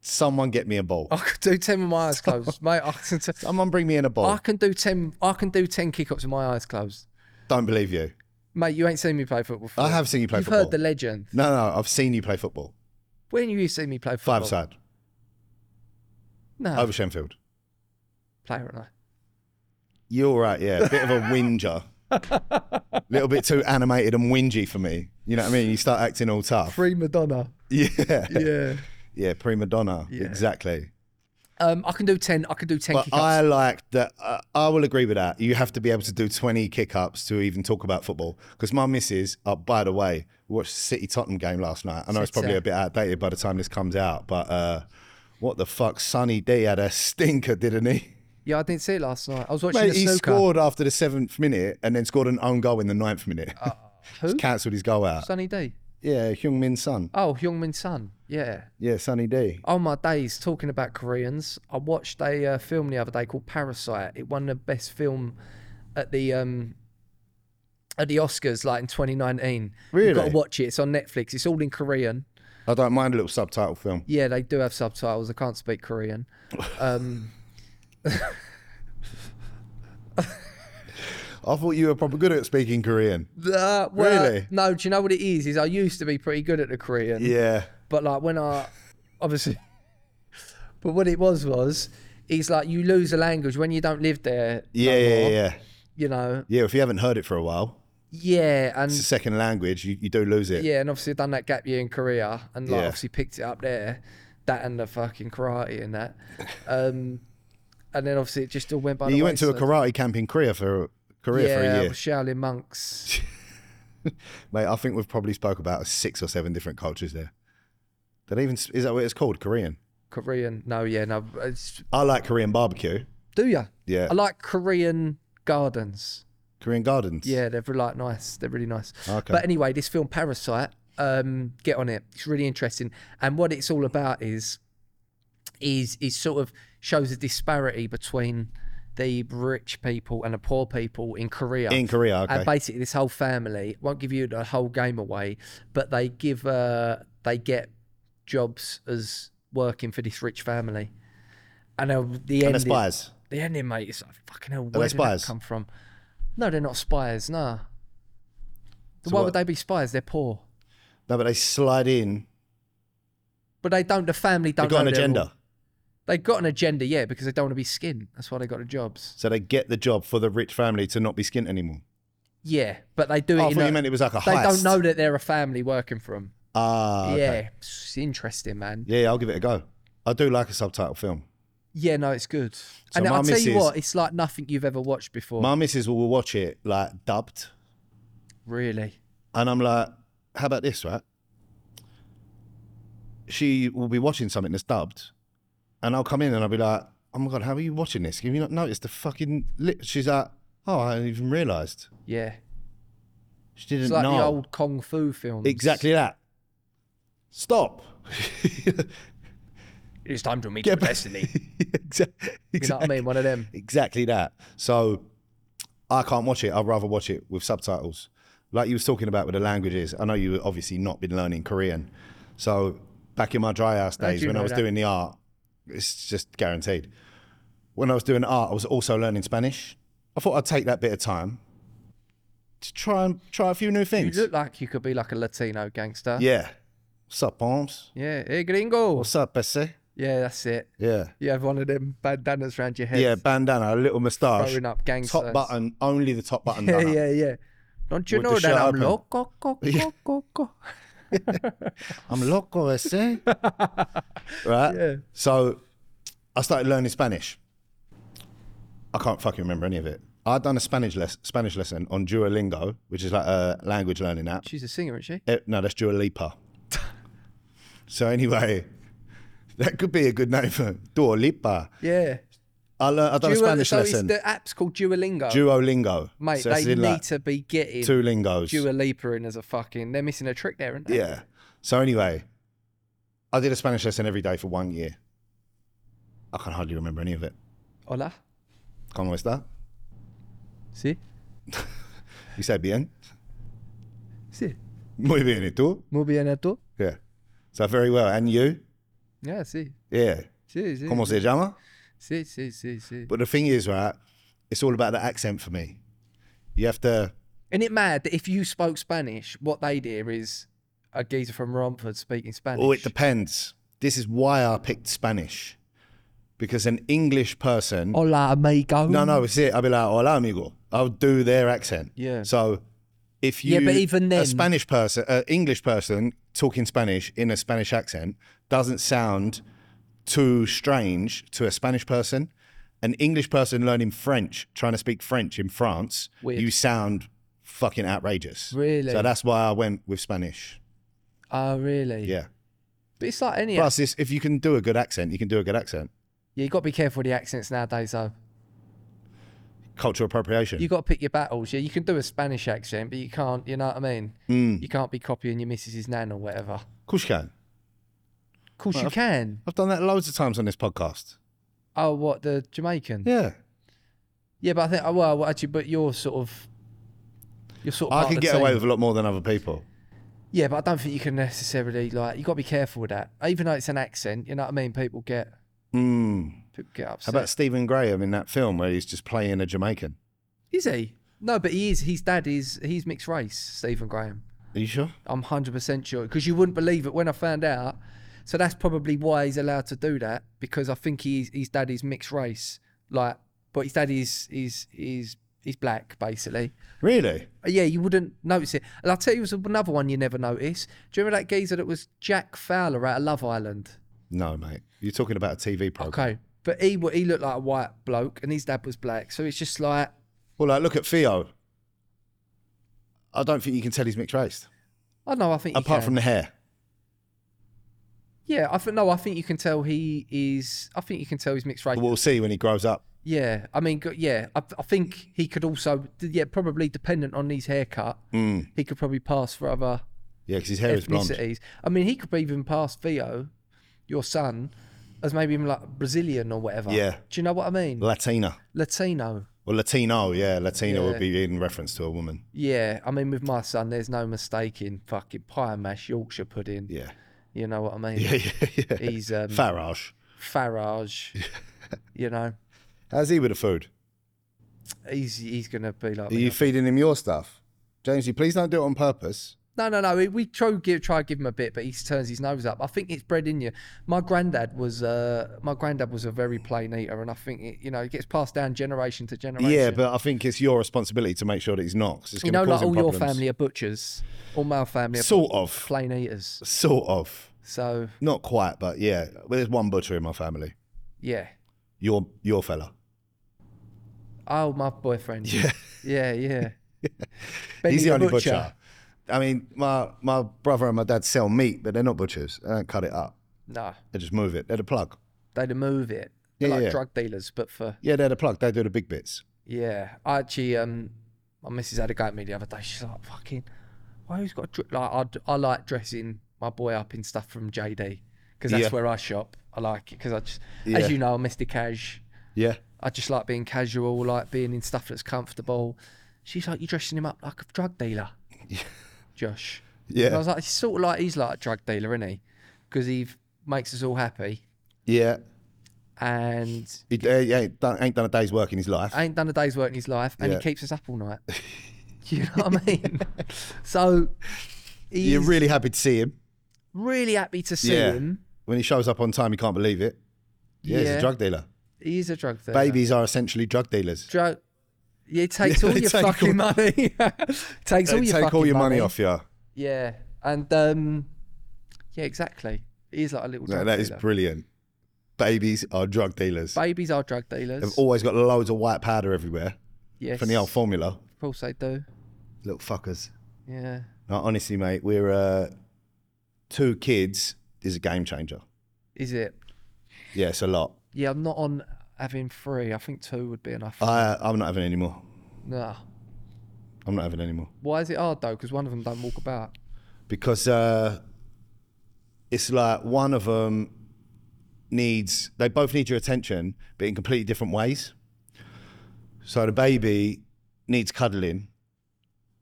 Speaker 7: Someone get me a ball.
Speaker 6: I could do 10 with my eyes closed, mate. I can, t-
Speaker 7: Someone bring me in a ball.
Speaker 6: I can do 10. I can do 10 kick-ups with my eyes closed.
Speaker 7: Don't believe you.
Speaker 6: Mate, you ain't seen me play football. Before.
Speaker 7: I have seen you play
Speaker 6: You've
Speaker 7: football.
Speaker 6: heard the legend.
Speaker 7: No, no, I've seen you play football.
Speaker 6: When you see me play football,
Speaker 7: Five side
Speaker 6: No,
Speaker 7: over Shenfield.
Speaker 6: player and I.
Speaker 7: You're right. Yeah, a bit of a whinger. A little bit too animated and whingy for me. You know what I mean? You start acting all tough.
Speaker 6: Prima donna.
Speaker 7: Yeah.
Speaker 6: Yeah.
Speaker 7: Yeah, prima donna. Exactly.
Speaker 6: Um, I can do ten. I can do ten
Speaker 7: But
Speaker 6: kick-ups.
Speaker 7: I like that. I I will agree with that. You have to be able to do 20 kick ups to even talk about football. Because my missus, oh, by the way, we watched the City Tottenham game last night. I know it's
Speaker 6: City.
Speaker 7: probably a bit outdated by the time this comes out, but uh, what the fuck? Sonny D had a stinker, didn't he?
Speaker 6: yeah, I didn't see it last night. I was watching
Speaker 7: Mate,
Speaker 6: the
Speaker 7: he
Speaker 6: snooker.
Speaker 7: scored after the seventh minute and then scored an own goal in the ninth minute.
Speaker 6: Uh, Who?
Speaker 7: Cancelled his goal out.
Speaker 6: Sunny D.
Speaker 7: Yeah, Hyung Min Sun.
Speaker 6: Oh, Hyungmin Sun. Yeah.
Speaker 7: Yeah, Sunny D.
Speaker 6: Oh my days! Talking about Koreans, I watched a uh, film the other day called Parasite. It won the best film at the um at the Oscars, like in 2019. You've got
Speaker 7: Really?
Speaker 6: to watch it. It's on Netflix. It's all in Korean.
Speaker 7: I don't mind a little subtitle film.
Speaker 6: Yeah, they do have subtitles. I can't speak Korean.
Speaker 7: I thought you were probably good at speaking Korean.
Speaker 6: Uh, well,
Speaker 7: Really?
Speaker 6: No. Do you know what it is? Is I used to be pretty good at the Korean.
Speaker 7: Yeah.
Speaker 6: But like when I obviously But what it was was is like you lose a language when you don't live there. no
Speaker 7: Yeah, yeah,
Speaker 6: more,
Speaker 7: yeah.
Speaker 6: You know.
Speaker 7: Yeah, if you haven't heard it for a while,
Speaker 6: Yeah, and
Speaker 7: it's a second language, you, you do lose it.
Speaker 6: yeah, and obviously done that gap year in Korea and like
Speaker 7: Yeah.
Speaker 6: obviously picked it up there. That and the fucking karate and that. Um and then obviously it just all went by the
Speaker 7: you went to a
Speaker 6: wayside.
Speaker 7: karate camp in Korea for Korea
Speaker 6: yeah,
Speaker 7: for a
Speaker 6: I
Speaker 7: year.
Speaker 6: was Shaolin monks.
Speaker 7: Mate, I think we've probably spoke about six or seven different cultures there. That even is that what it's called? Korean.
Speaker 6: Korean. No, yeah, no. It's,
Speaker 7: I like Korean barbecue.
Speaker 6: do ya?
Speaker 7: Yeah.
Speaker 6: I like Korean gardens.
Speaker 7: Korean gardens.
Speaker 6: Yeah, they're really like nice. They're really nice.
Speaker 7: Okay.
Speaker 6: But anyway, this film Parasite, um, get on it. It's really interesting. And what it's all about is is is sort of shows a disparity between the rich people and the poor people in Korea.
Speaker 7: In Korea, okay.
Speaker 6: And basically this whole family won't give you the whole game away, but they give uh they get jobs as working for this rich family. And uh, the end
Speaker 7: And the
Speaker 6: is-
Speaker 7: spies.
Speaker 6: the ending, mate, it's like fucking hell. Where did
Speaker 7: spies?
Speaker 6: that come from? No, they're not spies. Nah. Then why
Speaker 7: what-
Speaker 6: would they be spies? They're poor,
Speaker 7: No, but they slide in.
Speaker 6: but they don't. The family
Speaker 7: They
Speaker 6: don't.
Speaker 7: got an
Speaker 6: know they're
Speaker 7: agenda.
Speaker 6: all- They've got an agenda, yeah, because they don't want to be skinned. That's why they got the jobs.
Speaker 7: So they get the job for the rich family to not be skint anymore.
Speaker 6: Yeah, but they do
Speaker 7: Oh,
Speaker 6: it.
Speaker 7: I
Speaker 6: in
Speaker 7: thought
Speaker 6: a-
Speaker 7: you meant it was like a
Speaker 6: They
Speaker 7: heist.
Speaker 6: don't know that they're a family working for them.
Speaker 7: Ah, okay.
Speaker 6: Yeah, it's interesting, man.
Speaker 7: yeah, yeah, I'll give it a go. I do like a subtitle film.
Speaker 6: Yeah, no, it's good. and
Speaker 7: my
Speaker 6: I'll tell you
Speaker 7: missus-
Speaker 6: what, it's like nothing you've ever watched before.
Speaker 7: My missus will watch it like dubbed,
Speaker 6: really?
Speaker 7: and I'm like, "How about this, right?" She will be watching something that's dubbed, and I'll come in and I'll be like, "Oh my god, how are you watching this? Have you not noticed the fucking?" Li-? She's like, "Oh, I hadn't even realised."
Speaker 6: Yeah.
Speaker 7: She didn't
Speaker 6: It's like
Speaker 7: know
Speaker 6: the old kung fu films.
Speaker 7: exactly that. Stop.
Speaker 6: It's time to meet
Speaker 7: Get
Speaker 6: your
Speaker 7: back-
Speaker 6: destiny.
Speaker 7: Exac-
Speaker 6: You know what I
Speaker 7: exactly.
Speaker 6: mean? One of them.
Speaker 7: Exactly that. So I can't watch it. I'd rather watch it with subtitles. Like you was talking about with the languages. I know you obviously not been learning Korean. So back in my dry house days
Speaker 6: do
Speaker 7: when I
Speaker 6: know
Speaker 7: was
Speaker 6: that.
Speaker 7: doing the art, it's just guaranteed. When I was doing art, I was also learning Spanish. I thought I'd take that bit of time to try and try a few new
Speaker 6: You
Speaker 7: things.
Speaker 6: look like you could be like a Latino gangster.
Speaker 7: yeah. What's up, Palms?
Speaker 6: Yeah. Hey, gringo.
Speaker 7: What's up, Bessie?
Speaker 6: Yeah, that's it.
Speaker 7: Yeah.
Speaker 6: You have one of them bandanas round your head.
Speaker 7: Yeah, bandana, a little moustache.
Speaker 6: Growing up gangsters.
Speaker 7: Top button, only the top button.
Speaker 6: Yeah,
Speaker 7: done up.
Speaker 6: yeah, yeah. Don't you
Speaker 7: With the
Speaker 6: know
Speaker 7: shirt
Speaker 6: that I'm
Speaker 7: open.
Speaker 6: loco, co, co, co, co?
Speaker 7: I'm loco, ese. right?
Speaker 6: Yeah.
Speaker 7: So I started learning Spanish. I can't fucking remember any of it. I'd done a Spanish, les- Spanish lesson on Duolingo, which is like a language learning app.
Speaker 6: She's a singer, isn't she?
Speaker 7: Eh, No, that's Dua Lipa. so anyway, that could be a good name for Dua Lipa.
Speaker 6: Yeah.
Speaker 7: I learned, I've done
Speaker 6: Duo-
Speaker 7: a Spanish
Speaker 6: so it's-
Speaker 7: lesson.
Speaker 6: the app's called Duolingo.
Speaker 7: Duolingo.
Speaker 6: Mate,
Speaker 7: so it's
Speaker 6: they
Speaker 7: in
Speaker 6: need
Speaker 7: like
Speaker 6: to be getting
Speaker 7: two lingos.
Speaker 6: Dua Lipa in as a fucking. They're missing a trick there, aren't they?
Speaker 7: Yeah. So anyway, I did a Spanish lesson every day for one year. I can hardly remember any of it.
Speaker 6: Hola.
Speaker 7: ¿Cómo está?
Speaker 6: Sí.
Speaker 7: You say bien?
Speaker 6: Sí.
Speaker 7: Muy bien, ¿y tú?
Speaker 6: Muy bien, ¿y tú?
Speaker 7: Yeah. So very well. And you?
Speaker 6: Yeah, sí.
Speaker 7: Yeah.
Speaker 6: Sí, sí.
Speaker 7: ¿Cómo se llama?
Speaker 6: Sí, sí, sí, sí.
Speaker 7: But the thing is, right, it's all about the accent for me. You have to,
Speaker 6: Isn't it mad that if you spoke Spanish, what they'd hear is a geezer from Romford speaking Spanish?
Speaker 7: oh, it depends. This is why I picked Spanish. Because an English person
Speaker 6: Hola, amigo.
Speaker 7: No, no, it's it. I'll be like, hola, amigo. I'll do their accent.
Speaker 6: Yeah.
Speaker 7: So if you,
Speaker 6: Yeah, but even
Speaker 7: a
Speaker 6: then-
Speaker 7: Spanish person, an English person talking Spanish in a Spanish accent doesn't sound too strange to a Spanish person. An English person learning French, trying to speak French in France,
Speaker 6: Weird.
Speaker 7: you sound fucking outrageous.
Speaker 6: Really?
Speaker 7: So that's why I went with Spanish.
Speaker 6: Oh, really?
Speaker 7: Yeah.
Speaker 6: But it's like any.
Speaker 7: Plus, it's, if you can do a good accent, you can do a good accent.
Speaker 6: yeah, you got to be careful with the accents nowadays, though.
Speaker 7: cultural appropriation.
Speaker 6: you got to pick your battles. Yeah, you can do a Spanish accent, but you can't. You know what I mean?
Speaker 7: Hmm. Mm.
Speaker 6: You can't be copying your missus's nan or whatever.
Speaker 7: of course you can.
Speaker 6: Of course you can.
Speaker 7: I've done that loads of times on this podcast.
Speaker 6: Oh, what the Jamaican? Yeah,
Speaker 7: Yeah.
Speaker 6: but I think oh, well, actually, but you're sort of you're sort of.
Speaker 7: I
Speaker 6: part
Speaker 7: could
Speaker 6: of the
Speaker 7: get
Speaker 6: team.
Speaker 7: away with a lot more than other people.
Speaker 6: Yeah, but I don't think you can necessarily like. You got to be careful with that. Even though it's an accent, you know what I mean. People get
Speaker 7: Mm.
Speaker 6: people get
Speaker 7: How
Speaker 6: upset.
Speaker 7: about Stephen Graham in that film where he's just playing a Jamaican?
Speaker 6: is he? No, but he is. His dad is. He's mixed race. Stephen Graham.
Speaker 7: Are you sure?
Speaker 6: I'm hundred percent sure because you wouldn't believe it when I found out. So that's probably why he's allowed to do that because I think he's his dad is mixed race, like, but his dad is is is is black basically.
Speaker 7: Really?
Speaker 6: Uh, Yeah, you wouldn't notice it. And I'll tell you, it was another one you never notice. Do you remember that geezer that was Jack Fowler out of Love Island?
Speaker 7: No, mate. You're talking about a TV program.
Speaker 6: Okay, but he wa- he looked like a white bloke and his dad was black, so it's just like
Speaker 7: Well, like, look at Theo. I don't think you can tell he's mixed race,
Speaker 6: I don't know. I think you
Speaker 7: apart
Speaker 6: can.
Speaker 7: from the hair.
Speaker 6: yeah, I think no, I think you can tell he is. I think you can tell he's mixed race.
Speaker 7: But we'll see when he grows up.
Speaker 6: Yeah, I mean, go- yeah, I, I think he could also, yeah, probably dependent on his haircut, he could probably pass for other
Speaker 7: Yeah, because his Hmm. hair is blonde.
Speaker 6: ethnicities. I mean, he could even pass Theo, your son, as maybe even like Brazilian or whatever.
Speaker 7: Yeah.
Speaker 6: Do you know what I mean?
Speaker 7: Latina.
Speaker 6: Latino.
Speaker 7: Well, Latino, yeah. Latina
Speaker 6: Yeah.
Speaker 7: would be in reference to a woman.
Speaker 6: Yeah, I mean, with my son, there's no mistaking fucking pie and mash, Yorkshire pudding.
Speaker 7: Yeah.
Speaker 6: You know what I mean?
Speaker 7: Yeah, yeah, yeah.
Speaker 6: He's um,
Speaker 7: Farage.
Speaker 6: Farage. you know,
Speaker 7: How's he with the food?
Speaker 6: he's he's gonna be like.
Speaker 7: Are you feeding him your stuff? Jamesy, please don't do it on purpose.
Speaker 6: No, no, no. We, we try give try to give him a bit, but he turns his nose up. I think it's bred in you. My granddad was uh, my granddad was a very plain eater, and I think it, you know it gets passed down generation to generation.
Speaker 7: Yeah, but I think it's your responsibility to make sure that he's not. 'cause it's
Speaker 6: you
Speaker 7: gonna
Speaker 6: know,
Speaker 7: cause
Speaker 6: like all
Speaker 7: him
Speaker 6: your
Speaker 7: problems.
Speaker 6: family are butchers, all my family are
Speaker 7: Sort of.
Speaker 6: plain eaters.
Speaker 7: Sort of.
Speaker 6: So
Speaker 7: Not quite, but yeah. Well, there's one butcher in my family.
Speaker 6: yeah.
Speaker 7: Your your fella.
Speaker 6: Oh, my boyfriend. Yeah, yeah, yeah. Benny
Speaker 7: He's the, only butcher. I mean, my my brother and my dad sell meat, but they're not butchers. They don't cut it up.
Speaker 6: No,
Speaker 7: They just move it. They're the plug.
Speaker 6: they'd move it. They're
Speaker 7: Yeah,
Speaker 6: like
Speaker 7: yeah.
Speaker 6: drug dealers, but for
Speaker 7: Yeah, they're the plug. They do the big bits.
Speaker 6: Yeah, I actually, um, my missus had a go at me the other day. She's like, "Fucking, why who's got a dr-? like?" I, d- I like dressing my boy up in stuff from JD because that's
Speaker 7: Yeah.
Speaker 6: where I shop. I like it because I just,
Speaker 7: Yeah.
Speaker 6: as you know, I'm Mr. Cash.
Speaker 7: Yeah.
Speaker 6: I just like being casual, like being in stuff that's comfortable. She's like, "You're dressing him up like a drug dealer, Josh." And I
Speaker 7: Yeah.
Speaker 6: was like, "He's sort of like he's like a drug dealer, isn't he? Because he makes us all happy."
Speaker 7: Yeah.
Speaker 6: And
Speaker 7: He, he ain't, done, ain't done a day's work in his life.
Speaker 6: ain't done a day's work in his life, and
Speaker 7: Yeah.
Speaker 6: he keeps us up all night. you know what I mean? so he's
Speaker 7: You're
Speaker 6: really,
Speaker 7: really happy to see him.
Speaker 6: happy to see
Speaker 7: Yeah.
Speaker 6: him.
Speaker 7: When he shows up on time, you can't believe it. Yeah, he's
Speaker 6: Yeah.
Speaker 7: a drug dealer.
Speaker 6: He is a drug dealer.
Speaker 7: Babies are essentially drug dealers.
Speaker 6: drug. Yeah, he takes all
Speaker 7: they
Speaker 6: your
Speaker 7: take
Speaker 6: fucking
Speaker 7: all-
Speaker 6: money. takes all
Speaker 7: They
Speaker 6: your
Speaker 7: take
Speaker 6: fucking
Speaker 7: all your money, off you.
Speaker 6: Yeah, and um, yeah, exactly. He is like a little
Speaker 7: No,
Speaker 6: drug
Speaker 7: that is
Speaker 6: dealer.
Speaker 7: brilliant. Babies are drug dealers.
Speaker 6: Babies are drug dealers.
Speaker 7: They've always got loads of white powder everywhere
Speaker 6: yes,
Speaker 7: from the old formula.
Speaker 6: of course they do.
Speaker 7: Little fuckers.
Speaker 6: Yeah,
Speaker 7: No, honestly, mate, we're uh, two kids is a game changer.
Speaker 6: is it?
Speaker 7: Yeah, it's a lot.
Speaker 6: Yeah, I'm not on having three. I think two would be enough.
Speaker 7: I, I'm not having any more.
Speaker 6: nah.
Speaker 7: I'm not having any more
Speaker 6: Why is it hard though? Because one of them don't walk about.
Speaker 7: because uh, it's like one of them needs. They both need your attention, but in completely different ways. So the baby needs cuddling.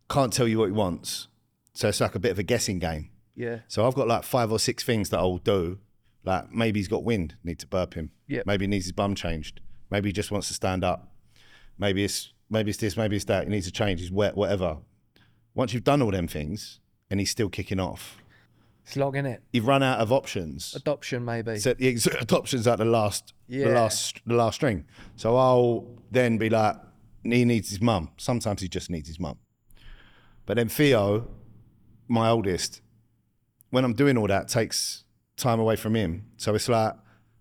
Speaker 7: Can't tell you what he wants, so it's like a bit of a guessing game.
Speaker 6: Yeah.
Speaker 7: So I've got like five or six things that I'll do. Like maybe he's got wind, need to burp him.
Speaker 6: Yep.
Speaker 7: Maybe he needs his bum changed. Maybe he just wants to stand up. Maybe it's maybe it's this, maybe it's that. He needs to change. He's wet, whatever. Once you've done all them things and he's still kicking off,
Speaker 6: It's long, innit?
Speaker 7: you've run out of options.
Speaker 6: Adoption, maybe.
Speaker 7: So the ex- adoption's at the last, the
Speaker 6: Yeah.
Speaker 7: last, the last string. So I'll then be like, he needs his mum. Sometimes he just needs his mum. But then Theo, my oldest, when I'm doing all that, takes time away from him. So it's like,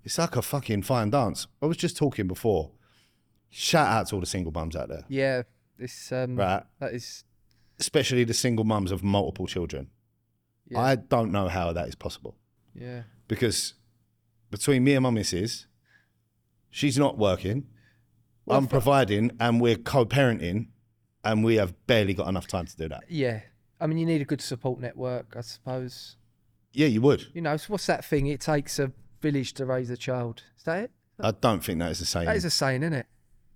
Speaker 7: it's like a fucking fine dance. I was just talking before. Shout out to all the single mums out there,
Speaker 6: yeah, this um,
Speaker 7: right?
Speaker 6: that is
Speaker 7: Especially the single mums of multiple children.
Speaker 6: Yeah.
Speaker 7: I don't know how that is possible
Speaker 6: yeah,
Speaker 7: because between me and my missus, she's not working. I'm providing and we're co-parenting and we have barely got enough time to do that.
Speaker 6: Yeah. I mean, you need a good support network, I suppose.
Speaker 7: Yeah, you would.
Speaker 6: You know, it's- what's that thing? It takes a village to raise a child. Is that it?
Speaker 7: I don't think that is the same.
Speaker 6: That is a saying, isn't it?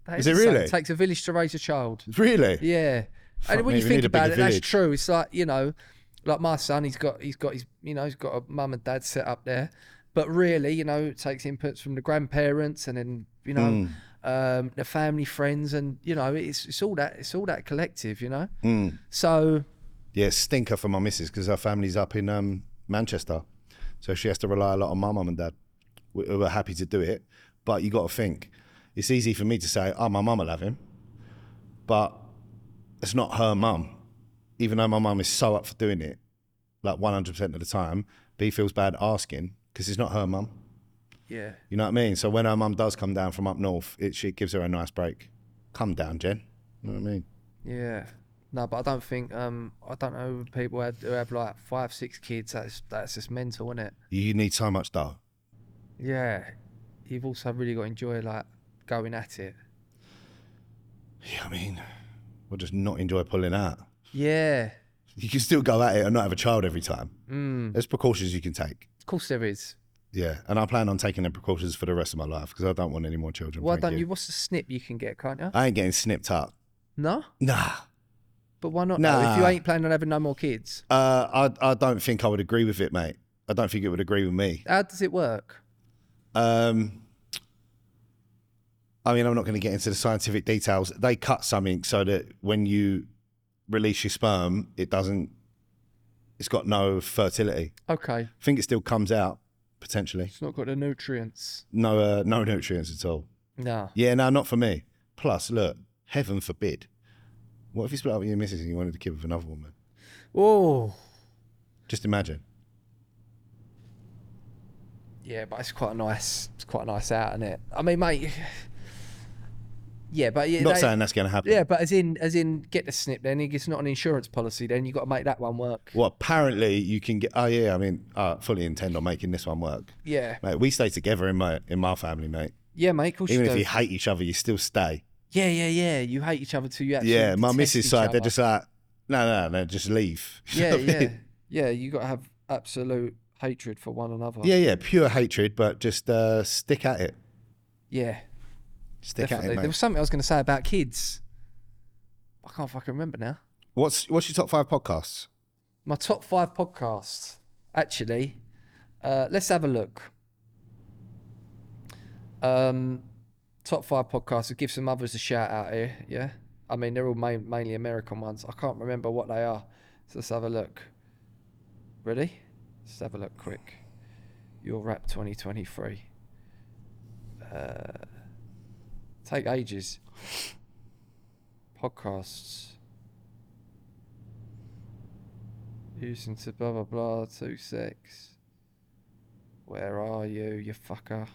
Speaker 6: That
Speaker 7: Is
Speaker 6: a
Speaker 7: it
Speaker 6: saying.
Speaker 7: really?
Speaker 6: It takes a village to raise a child.
Speaker 7: really?
Speaker 6: Yeah. and when
Speaker 7: me,
Speaker 6: you
Speaker 7: we
Speaker 6: think
Speaker 7: need a
Speaker 6: about it,
Speaker 7: bigger
Speaker 6: that's
Speaker 7: village.
Speaker 6: true. It's like, you know, like my son, he's got he's got his you know, he's got a mum and dad set up there. But really, you know, it takes inputs from the grandparents and then, you know,
Speaker 7: Hmm.
Speaker 6: um, the family friends and you know, it's it's all that it's all that collective, you know?
Speaker 7: Hmm.
Speaker 6: So
Speaker 7: Yeah, stinker for my missus because her family's up in um, Manchester, so she has to rely a lot on my mum and dad. We, we were happy to do it, but you got to think. It's easy for me to say, "Oh, my mum will have him," but it's not her mum. Even though my mum is so up for doing it, like 100% of the time, B feels bad asking because it's not her mum.
Speaker 6: yeah.
Speaker 7: You know what I mean? So when her mum does come down from up north, it she gives her a nice break. Come down, Jen. You know what I mean?
Speaker 6: Yeah. No, but I don't think um I don't know people had who have like five, six kids, that's that's just mental, isn't it?
Speaker 7: You need so much dough.
Speaker 6: Yeah. You've also really got to enjoy like going at it.
Speaker 7: Yeah, I mean, we'll just not enjoy pulling out.
Speaker 6: Yeah.
Speaker 7: You can still go at it and not have a child every time. There's precautions you can take.
Speaker 6: Of course there is.
Speaker 7: Yeah, and I plan on taking the precautions for the rest of my life because I don't want any more children.
Speaker 6: Why
Speaker 7: thank
Speaker 6: don't you? What's the snip you can get, can't you?
Speaker 7: I ain't getting snipped up.
Speaker 6: No,
Speaker 7: Nah.
Speaker 6: but why not? though? If you
Speaker 7: Nah.
Speaker 6: ain't planning on having no more kids,
Speaker 7: Uh, I, I don't think I would agree with it, mate. I don't think it would agree with me.
Speaker 6: how does it work?
Speaker 7: Um, I mean, I'm not going to get into the scientific details. They cut something so that when you release your sperm, it doesn't, it's got no fertility.
Speaker 6: Okay,
Speaker 7: I think it still comes out potentially.
Speaker 6: it's not got the nutrients.
Speaker 7: No, uh, no nutrients at all.
Speaker 6: No.
Speaker 7: Yeah, no, not for me. Plus, look, heaven forbid. What if you split up with your missus and you wanted a kid with another woman?
Speaker 6: Oh.
Speaker 7: Just imagine.
Speaker 6: Yeah, but it's quite a nice. It's quite a nice out, isn't it? I mean, mate. Yeah, but yeah,
Speaker 7: not
Speaker 6: they-
Speaker 7: saying that's going to happen.
Speaker 6: Yeah, but as in, as in, get the snip. Then it's not an insurance policy. Then you got to make that one work.
Speaker 7: Well, apparently you can get. Oh yeah, I mean, I fully intend on making this one work,
Speaker 6: Yeah,
Speaker 7: mate. We stay together in my in my family, mate.
Speaker 6: yeah, mate. Of course
Speaker 7: Even
Speaker 6: you
Speaker 7: if
Speaker 6: do.
Speaker 7: you hate each other, you still stay.
Speaker 6: Yeah, yeah, yeah. You hate each other till you actually.
Speaker 7: yeah, my
Speaker 6: detest
Speaker 7: missus
Speaker 6: each
Speaker 7: side, they're
Speaker 6: other.
Speaker 7: just like, no, no, no, just leave. You know
Speaker 6: Yeah,
Speaker 7: what I mean?
Speaker 6: yeah, yeah. You got to have absolute hatred for one another.
Speaker 7: yeah, yeah. Pure hatred, but just uh, stick at it.
Speaker 6: yeah,
Speaker 7: Stick
Speaker 6: definitely.
Speaker 7: at it,
Speaker 6: There
Speaker 7: mate.
Speaker 6: was something I was going to say about kids. I can't fucking remember now.
Speaker 7: What's what's your top five podcasts?
Speaker 6: My top five podcasts, actually. Uh, let's have a look. Um, top five podcasts. I'll give some others a shout out here. Yeah, I mean they're all main, mainly American ones. I can't remember what they are. So let's have a look. Ready? Let's have a look quick. Your rap 2023. Uh, take ages. Podcasts. Using to blah blah blah two six. Where are you, you fucker?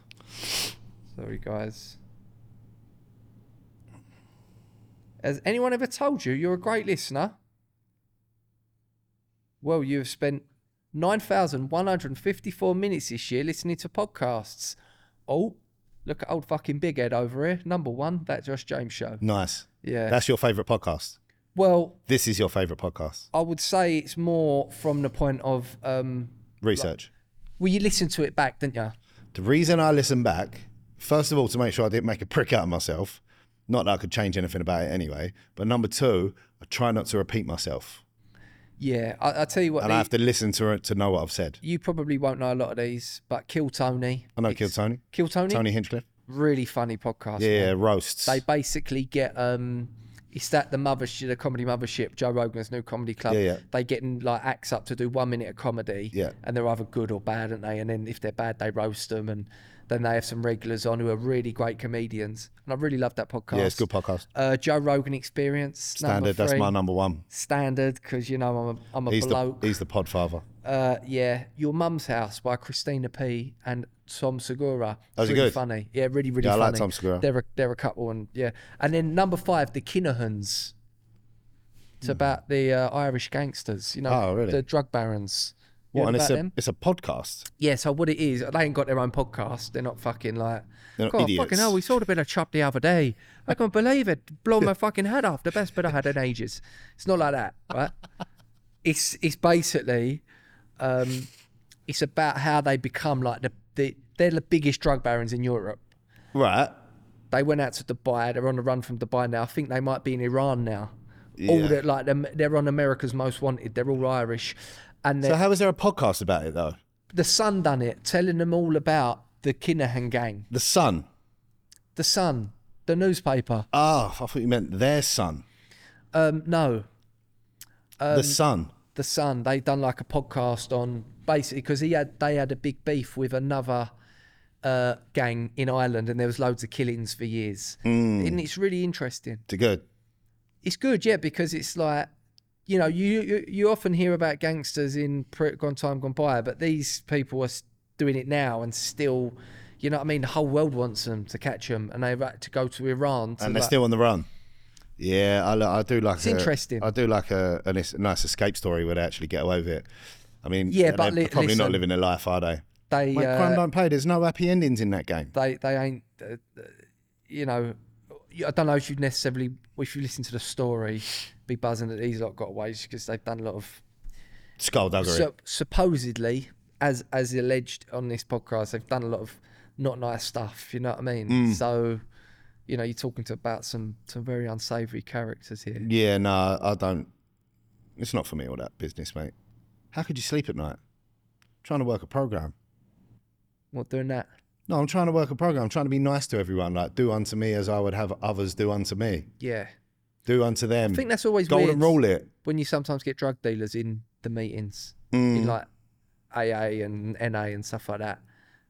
Speaker 6: Sorry guys. Has anyone ever told you you're a great listener? Well, you have spent 9,154 minutes this year listening to podcasts. Oh, look at old fucking Big Ed over here. Number one, that Josh James show.
Speaker 7: Nice.
Speaker 6: Yeah.
Speaker 7: That's your favorite podcast.
Speaker 6: well,
Speaker 7: This is your favorite podcast.
Speaker 6: I would say it's more from the point of um,
Speaker 7: Research.
Speaker 6: Well, you listened to it back, didn't you?
Speaker 7: The reason I listen back, first of all, to make sure I didn't make a prick out of myself. Not that I could change anything about it anyway. But number two, I try not to repeat myself,
Speaker 6: Yeah, I, I tell you what,
Speaker 7: and I
Speaker 6: Lee,
Speaker 7: have to listen to it to know what I've said.
Speaker 6: you probably won't know a lot of these, but Kill Tony,
Speaker 7: I know Kill Tony,
Speaker 6: Kill Tony,
Speaker 7: Tony Hinchcliffe.
Speaker 6: really funny podcast.
Speaker 7: Yeah,
Speaker 6: man.
Speaker 7: roasts.
Speaker 6: they basically get um, it's that the mothership, the comedy mothership, Joe Rogan's new comedy club.
Speaker 7: Yeah, yeah.
Speaker 6: They getting like acts up to do one minute of comedy.
Speaker 7: Yeah.
Speaker 6: and they're either good or bad, aren't they? And then if they're bad, they roast them, and then they have some regulars on who are really great comedians. And I really love that podcast.
Speaker 7: yeah, it's a good podcast.
Speaker 6: Uh, Joe Rogan Experience, number
Speaker 7: Standard. That's
Speaker 6: three.
Speaker 7: my number one.
Speaker 6: standard because you know I'm a, I'm a
Speaker 7: He's the
Speaker 6: bloke.
Speaker 7: he's the podfather.
Speaker 6: Uh, yeah, Your Mum's House by Christina P and Tom Segura.
Speaker 7: Those are
Speaker 6: really
Speaker 7: good.
Speaker 6: Funny, yeah, really really.
Speaker 7: Yeah, I
Speaker 6: funny.
Speaker 7: like Tom Segura.
Speaker 6: They're a, they're a couple, and yeah, and then number five, the Kinahans. It's about the uh, Irish gangsters, you know,
Speaker 7: Hmm. Oh, really?
Speaker 6: the drug barons. heard
Speaker 7: What? And it's
Speaker 6: about
Speaker 7: a
Speaker 6: them?
Speaker 7: it's a podcast.
Speaker 6: Yeah, so what it is, they ain't got their own podcast. They're not fucking like,
Speaker 7: They're not
Speaker 6: God,
Speaker 7: idiots.
Speaker 6: fucking hell, we saw a bit of chop the other day. I can't believe it. Blow my fucking head off. The best bit I had in ages. It's not like that, right? It's it's basically, um, it's about how they become like the, the they're the biggest drug barons in Europe.
Speaker 7: Right.
Speaker 6: They went out to Dubai. They're on the run from Dubai now. I think they might be in Iran now. All
Speaker 7: Yeah.
Speaker 6: that like them- they're on America's Most Wanted. They're all Irish, and they're
Speaker 7: So how is there a podcast about it though?
Speaker 6: the son done it, telling them all about the Kinahan gang,
Speaker 7: The Sun.
Speaker 6: the Sun, the newspaper.
Speaker 7: Oh, I thought you meant their son.
Speaker 6: Um, no, Um,
Speaker 7: the Sun.
Speaker 6: the Sun. They done like a podcast on basically because he had they had a big beef with another uh, gang in Ireland, and there was loads of killings for years. And it's really interesting.
Speaker 7: Too good.
Speaker 6: It's good, yeah, because it's like. You know, you, you you often hear about gangsters in pre- gone time gone by, but these people are s- doing it now and still, you know what I mean. The whole world wants them to catch them, and they've had to go to Iran. To
Speaker 7: and they're
Speaker 6: like-
Speaker 7: still on the run. Yeah, I, li- I do like. It's
Speaker 6: interesting.
Speaker 7: I do like a, a nice- nice escape story where they actually get away with it. I mean,
Speaker 6: Yeah,
Speaker 7: yeah,
Speaker 6: but
Speaker 7: they're
Speaker 6: li-
Speaker 7: probably not
Speaker 6: listen.
Speaker 7: living their life, are they?
Speaker 6: they
Speaker 7: Mate,
Speaker 6: uh,
Speaker 7: crime don't pay. There's no happy endings in that game.
Speaker 6: they they ain't uh, uh, you know I don't know if you necessarily if you listen to the story be buzzing that these lot got away because they've done a lot of
Speaker 7: Skullduggery.
Speaker 6: so, supposedly as as alleged on this podcast they've done a lot of not nice stuff you know what I mean so you know you're talking to about some some very unsavory characters here
Speaker 7: yeah, no, I don't. It's not for me all that business, mate. How could you sleep at night? Trying to work a program.
Speaker 6: what doing that
Speaker 7: No, I'm trying to work a program. I'm trying to be nice to everyone. Like, do unto me as I would have others do unto me.
Speaker 6: yeah
Speaker 7: Do unto them. I
Speaker 6: think that's always
Speaker 7: golden
Speaker 6: weird.
Speaker 7: rule. It.
Speaker 6: when you sometimes get drug dealers in the meetings, in like AA and NA and stuff like that.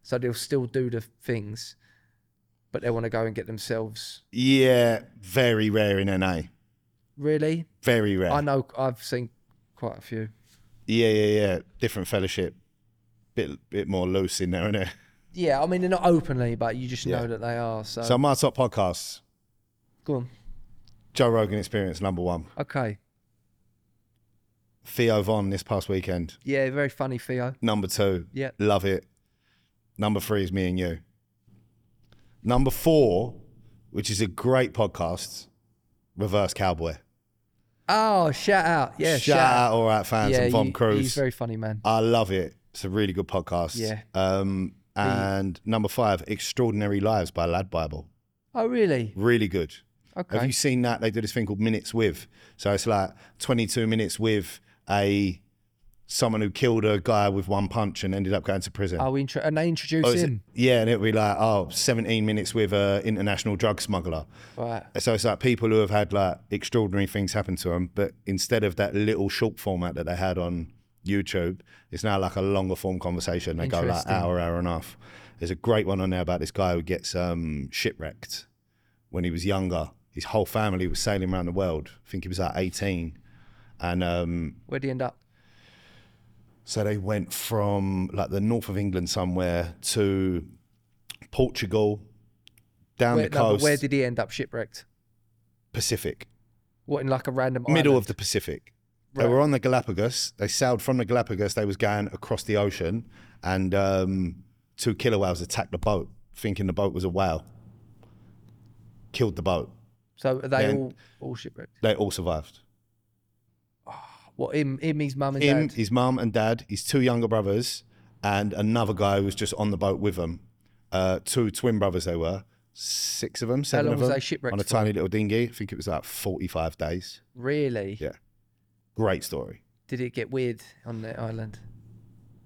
Speaker 6: So they'll still do the things, but they want to go and get themselves.
Speaker 7: Yeah, very rare in NA.
Speaker 6: Really?
Speaker 7: Very rare.
Speaker 6: I know I've seen quite a few.
Speaker 7: Yeah, yeah, yeah. Different fellowship. Bit bit more loose in there, innit?
Speaker 6: Yeah, I mean, they're not openly, but you just
Speaker 7: Yeah.
Speaker 6: know that they are. So,
Speaker 7: So my top podcasts,
Speaker 6: go on.
Speaker 7: Joe Rogan Experience number one.
Speaker 6: Okay.
Speaker 7: Theo Von this past weekend,
Speaker 6: Yeah, very funny, Theo.
Speaker 7: number two.
Speaker 6: Yeah.
Speaker 7: Love it. Number three is me and you. Number four, which is a great podcast, Reverse Cowboy.
Speaker 6: Oh, shout out. Yeah,
Speaker 7: shout, out all right fans
Speaker 6: Yeah,
Speaker 7: and Von
Speaker 6: you- he's
Speaker 7: Cruz.
Speaker 6: very funny, man.
Speaker 7: I love it. It's a really good podcast.
Speaker 6: Yeah.
Speaker 7: Um, and number five, Extraordinary Lives by Lad Bible.
Speaker 6: Oh, really?
Speaker 7: Really good. Have
Speaker 6: Okay.
Speaker 7: you seen that? They do this thing called minutes with. So it's like 22 minutes with a someone who killed a guy with one punch and ended up going to prison.
Speaker 6: Oh, intro- and they introduce
Speaker 7: Or is it-
Speaker 6: him.
Speaker 7: yeah, and it'll be like, oh, 17 minutes with a international drug smuggler.
Speaker 6: Right.
Speaker 7: So it's like people who have had like extraordinary things happen to them, but instead of that little short format that they had on YouTube, it's now like a longer form conversation. They go like
Speaker 6: Interesting.
Speaker 7: hour, hour and a half. There's a great one on there about this guy who gets um, shipwrecked when he was younger. His whole family was sailing around the world. I think he was like 18, and um,
Speaker 6: Where'd he end up?
Speaker 7: so they went from like the north of England somewhere to Portugal, down
Speaker 6: Where,
Speaker 7: the
Speaker 6: no, but
Speaker 7: coast,
Speaker 6: where did he end up shipwrecked?
Speaker 7: Pacific,
Speaker 6: What, in like a random
Speaker 7: middle
Speaker 6: island?
Speaker 7: of the Pacific. They were on the Galapagos. They sailed from the Galapagos. They was going across the ocean, and um, two killer whales attacked the boat, thinking the boat was a whale. Killed the boat.
Speaker 6: So are they
Speaker 7: Then-
Speaker 6: all all shipwrecked.
Speaker 7: They all survived.
Speaker 6: What him? Him, his mum and
Speaker 7: him,
Speaker 6: dad.
Speaker 7: his mum and dad, his two younger brothers, and another guy who was just on the boat with them. Uh, two twin brothers they were. Six of them, seven
Speaker 6: long
Speaker 7: of
Speaker 6: was
Speaker 7: them.
Speaker 6: they shipwrecked
Speaker 7: on a
Speaker 6: for?
Speaker 7: tiny little dinghy. I think it was like 45 days.
Speaker 6: Really?
Speaker 7: Yeah. Great story.
Speaker 6: Did it get weird on the island?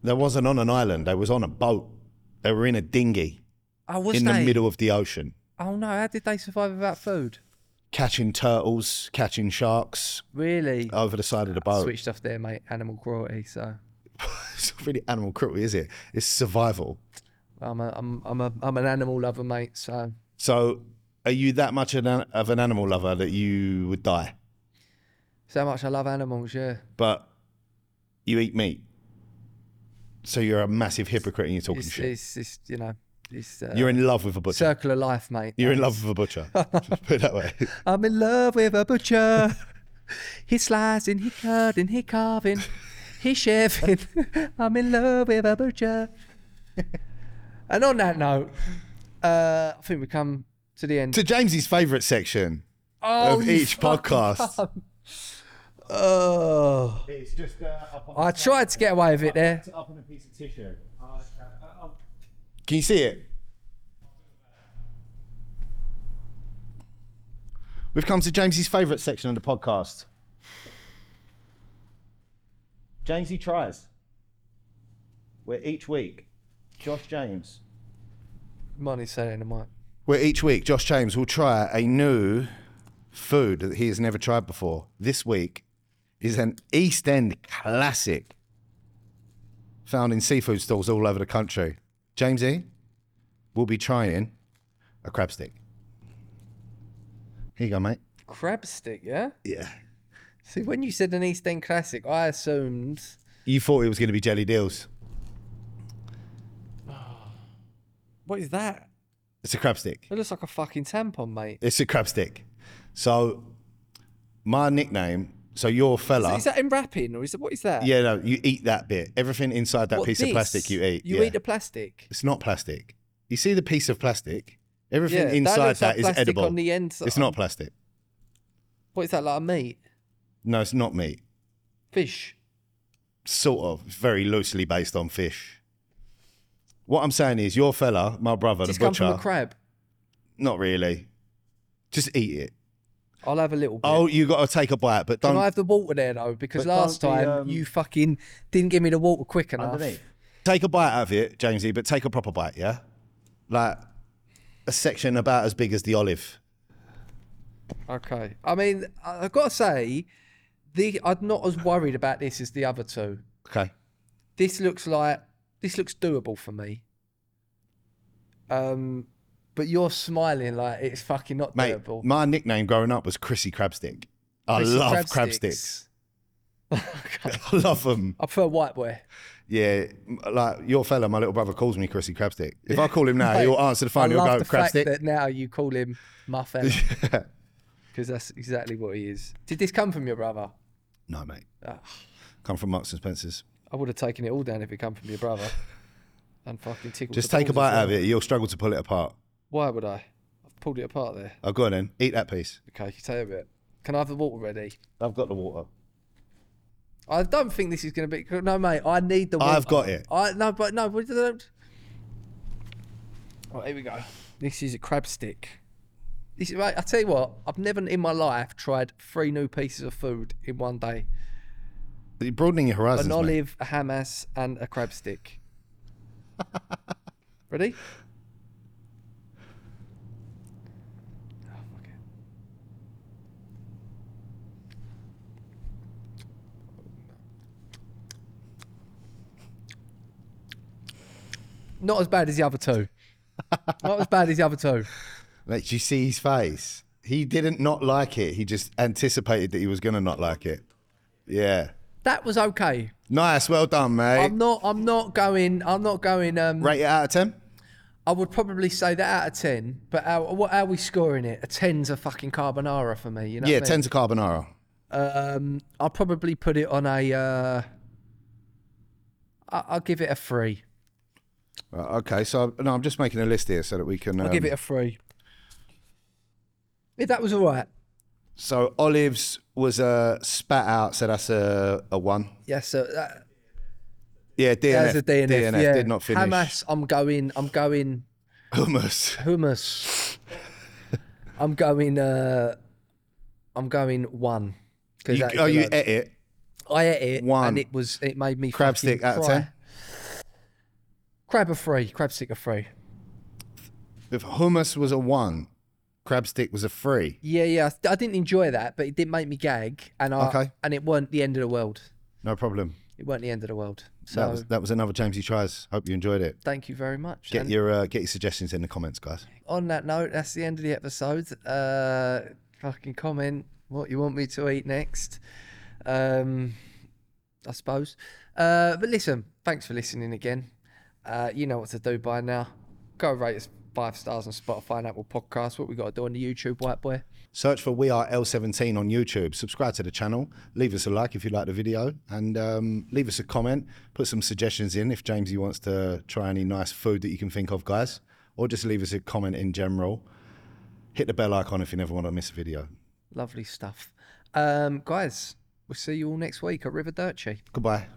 Speaker 7: They wasn't on an island. They was on a boat. They were in a dinghy
Speaker 6: Oh, was
Speaker 7: in
Speaker 6: they?
Speaker 7: the middle of the ocean,
Speaker 6: Oh no! How did they survive without food?
Speaker 7: catching turtles, catching sharks
Speaker 6: Really?
Speaker 7: over the side of the boat.
Speaker 6: Switched off there, mate. Animal cruelty. So
Speaker 7: It's not really animal cruelty, is it? It's survival.
Speaker 6: I'm a I'm I'm a I'm an animal lover, mate. So
Speaker 7: So, are you that much of an, of an animal lover that you would die?
Speaker 6: so much I love animals. Yeah.
Speaker 7: but you eat meat. So you're a massive hypocrite and you're talking
Speaker 6: It's
Speaker 7: shit.
Speaker 6: it's, it's you know it's uh,
Speaker 7: you're in love with a butcher.
Speaker 6: circle of life, mate.
Speaker 7: you're in love with a butcher. Just put it that way.
Speaker 6: I'm in love with a butcher. he slicing, he cutting, he carving. Hey, chef, I'm in love with a butcher. and on that note, uh, I think we come to the end.
Speaker 7: To James's favourite section
Speaker 6: Oh,
Speaker 7: of
Speaker 6: you
Speaker 7: each
Speaker 6: fucking
Speaker 7: podcast.
Speaker 6: bum. Oh,
Speaker 7: It's just uh, up on
Speaker 6: I tried to get away with it there.
Speaker 7: up on a piece of tissue. Oh, Uh, Can you see it? We've come to James's favourite section of the podcast. Jamesy tries. Where each week, Josh James.
Speaker 6: Money saying in the mic.
Speaker 7: Where each week, Josh James will try a new food that he has never tried before. This week is an East End classic found in seafood stalls all over the country. Jamesy will be trying a crab stick. Here you go, mate.
Speaker 6: Crab stick, yeah?
Speaker 7: Yeah.
Speaker 6: See, when you said an East End classic, I assumed.
Speaker 7: You thought it was going to be jelly deals.
Speaker 6: What is that?
Speaker 7: It's a crab stick.
Speaker 6: It looks like a fucking tampon, mate.
Speaker 7: It's a crab stick. So, my nickname. So your fella.
Speaker 6: Is that in wrapping or is it, what is that?
Speaker 7: Yeah, no, you eat that bit. Everything inside that
Speaker 6: What,
Speaker 7: piece
Speaker 6: this?
Speaker 7: of plastic you eat.
Speaker 6: You
Speaker 7: yeah.
Speaker 6: eat the plastic.
Speaker 7: It's not plastic. You see the piece of plastic?
Speaker 6: Yeah,
Speaker 7: Everything
Speaker 6: that
Speaker 7: inside
Speaker 6: looks like
Speaker 7: that is
Speaker 6: plastic
Speaker 7: edible.
Speaker 6: on the inside.
Speaker 7: It's not plastic.
Speaker 6: What is that, like a meat?
Speaker 7: No, it's not meat.
Speaker 6: Fish.
Speaker 7: Sort of. It's Very loosely based on fish. What I'm saying is, your fella, my brother,
Speaker 6: Just
Speaker 7: the
Speaker 6: come
Speaker 7: butcher,
Speaker 6: from a crab.
Speaker 7: not really. Just eat it.
Speaker 6: I'll have a little bit.
Speaker 7: Oh, you got to take a bite, but
Speaker 6: Can
Speaker 7: don't.
Speaker 6: I have the water there though? Because
Speaker 7: But
Speaker 6: last
Speaker 7: can't the,
Speaker 6: time
Speaker 7: um,
Speaker 6: you fucking didn't give me the water quick enough.
Speaker 7: Take a bite out of it, Jamesy, but take a proper bite, yeah? Like a section about as big as the olive.
Speaker 6: Okay. I mean, I- I've got to say, the I'm not as worried about this as the other two.
Speaker 7: Okay.
Speaker 6: This looks like this looks doable for me. Um, but you're smiling like it's fucking not
Speaker 7: Mate,
Speaker 6: doable.
Speaker 7: my nickname growing up was Chrissy Crabstick. I
Speaker 6: This is
Speaker 7: love crab, sticks. I love them.
Speaker 6: I prefer white boy.
Speaker 7: Yeah, m- like your fella, my little brother calls me Chrissy Crabstick. If I call him now, he'll answer the phone.
Speaker 6: I
Speaker 7: He'll
Speaker 6: love
Speaker 7: go
Speaker 6: the fact
Speaker 7: Crabstick.
Speaker 6: that now you call him my fella because that's exactly what he is. Did this come from your brother?
Speaker 7: no, mate.
Speaker 6: Ah.
Speaker 7: Come from Marks and Spencers.
Speaker 6: I would have taken it all down if it come from your brother. And fucking tickled.
Speaker 7: Just
Speaker 6: the
Speaker 7: take a
Speaker 6: balls
Speaker 7: bite
Speaker 6: as
Speaker 7: out of
Speaker 6: well.
Speaker 7: it. You'll struggle to pull it apart.
Speaker 6: Why would I? I've pulled it apart there.
Speaker 7: Oh, go on then. Eat that piece.
Speaker 6: Okay, you take a bit. Can I have the water ready?
Speaker 7: I've got the water.
Speaker 6: I don't think this is going to be. No, mate. I need the. Water.
Speaker 7: I've got it.
Speaker 6: I no, but no. We don't. Right, here we go. This is a crab stick. This, right, I tell you what. I've never in my life tried three new pieces of food in one day:
Speaker 7: You're broadening your horizons.
Speaker 6: an
Speaker 7: mate.
Speaker 6: olive, a hamas, and a crab stick. ready? Oh, fuck it. Not as bad as the other two. Not as bad as the other two.
Speaker 7: Mate, did you see his face? He didn't not like it. He just anticipated that he was going to not like it. Yeah.
Speaker 6: That was okay.
Speaker 7: Nice. Well done, mate.
Speaker 6: I'm not. I'm not going. I'm not going. Um,
Speaker 7: Rate it out of 10.
Speaker 6: I would probably say that out of ten. But how, what how are we scoring it? A ten's a fucking carbonara for me. You know.
Speaker 7: Yeah,
Speaker 6: what I
Speaker 7: 10 to carbonara.
Speaker 6: mean? Um, I'll probably put it on a. Uh, I, I'll give it a three.
Speaker 7: Right, okay, so no, I'm just making a list here so that we can. um,
Speaker 6: I'll give it a three. If that was all right.
Speaker 7: So olives was uh, spat out, so that's a a one.
Speaker 6: Yeah. So that,
Speaker 7: Yeah, DNF.
Speaker 6: there's a DNF.
Speaker 7: DNF
Speaker 6: yeah.
Speaker 7: did not finish.
Speaker 6: Hamas. I'm going. I'm going.
Speaker 7: Hummus.
Speaker 6: hummus. I'm going. uh I'm going one. 'Cause
Speaker 7: You,
Speaker 6: that is
Speaker 7: oh,
Speaker 6: the
Speaker 7: you
Speaker 6: lowest.
Speaker 7: ate it.
Speaker 6: I ate it.
Speaker 7: one.
Speaker 6: And it was. It made me
Speaker 7: Crab
Speaker 6: fucking
Speaker 7: stick out of
Speaker 6: cry.
Speaker 7: 10?
Speaker 6: Crab a three. Crab stick a three.
Speaker 7: If hummus was a one, crab stick was a three.
Speaker 6: Yeah, yeah. I didn't enjoy that, but it did make me gag, and I
Speaker 7: Okay.
Speaker 6: and it weren't the end of the world.
Speaker 7: No problem.
Speaker 6: It weren't the end of the world. So
Speaker 7: That was that was another Jamesy tries. Hope you enjoyed it.
Speaker 6: thank you very much.
Speaker 7: Get
Speaker 6: And
Speaker 7: your uh, get your suggestions in the comments, guys.
Speaker 6: on that note, that's the end of the episode. Uh, fucking comment what you want me to eat next. Um, I suppose. Uh, but listen, thanks for listening again. Uh, you know what to do by now. Go rate us five stars on Spotify and Apple Podcasts. What we got to do on the YouTube, White Boy?
Speaker 7: Search for We Are L17 on YouTube. Subscribe to the channel. Leave us a like if you like the video, and um, leave us a comment. Put some suggestions in if Jamesy wants to try any nice food that you can think of, guys, or just leave us a comment in general. Hit the bell icon if you never want to miss a video.
Speaker 6: Lovely stuff. Um, guys, we'll see you all next week at River Dirty.
Speaker 7: Goodbye.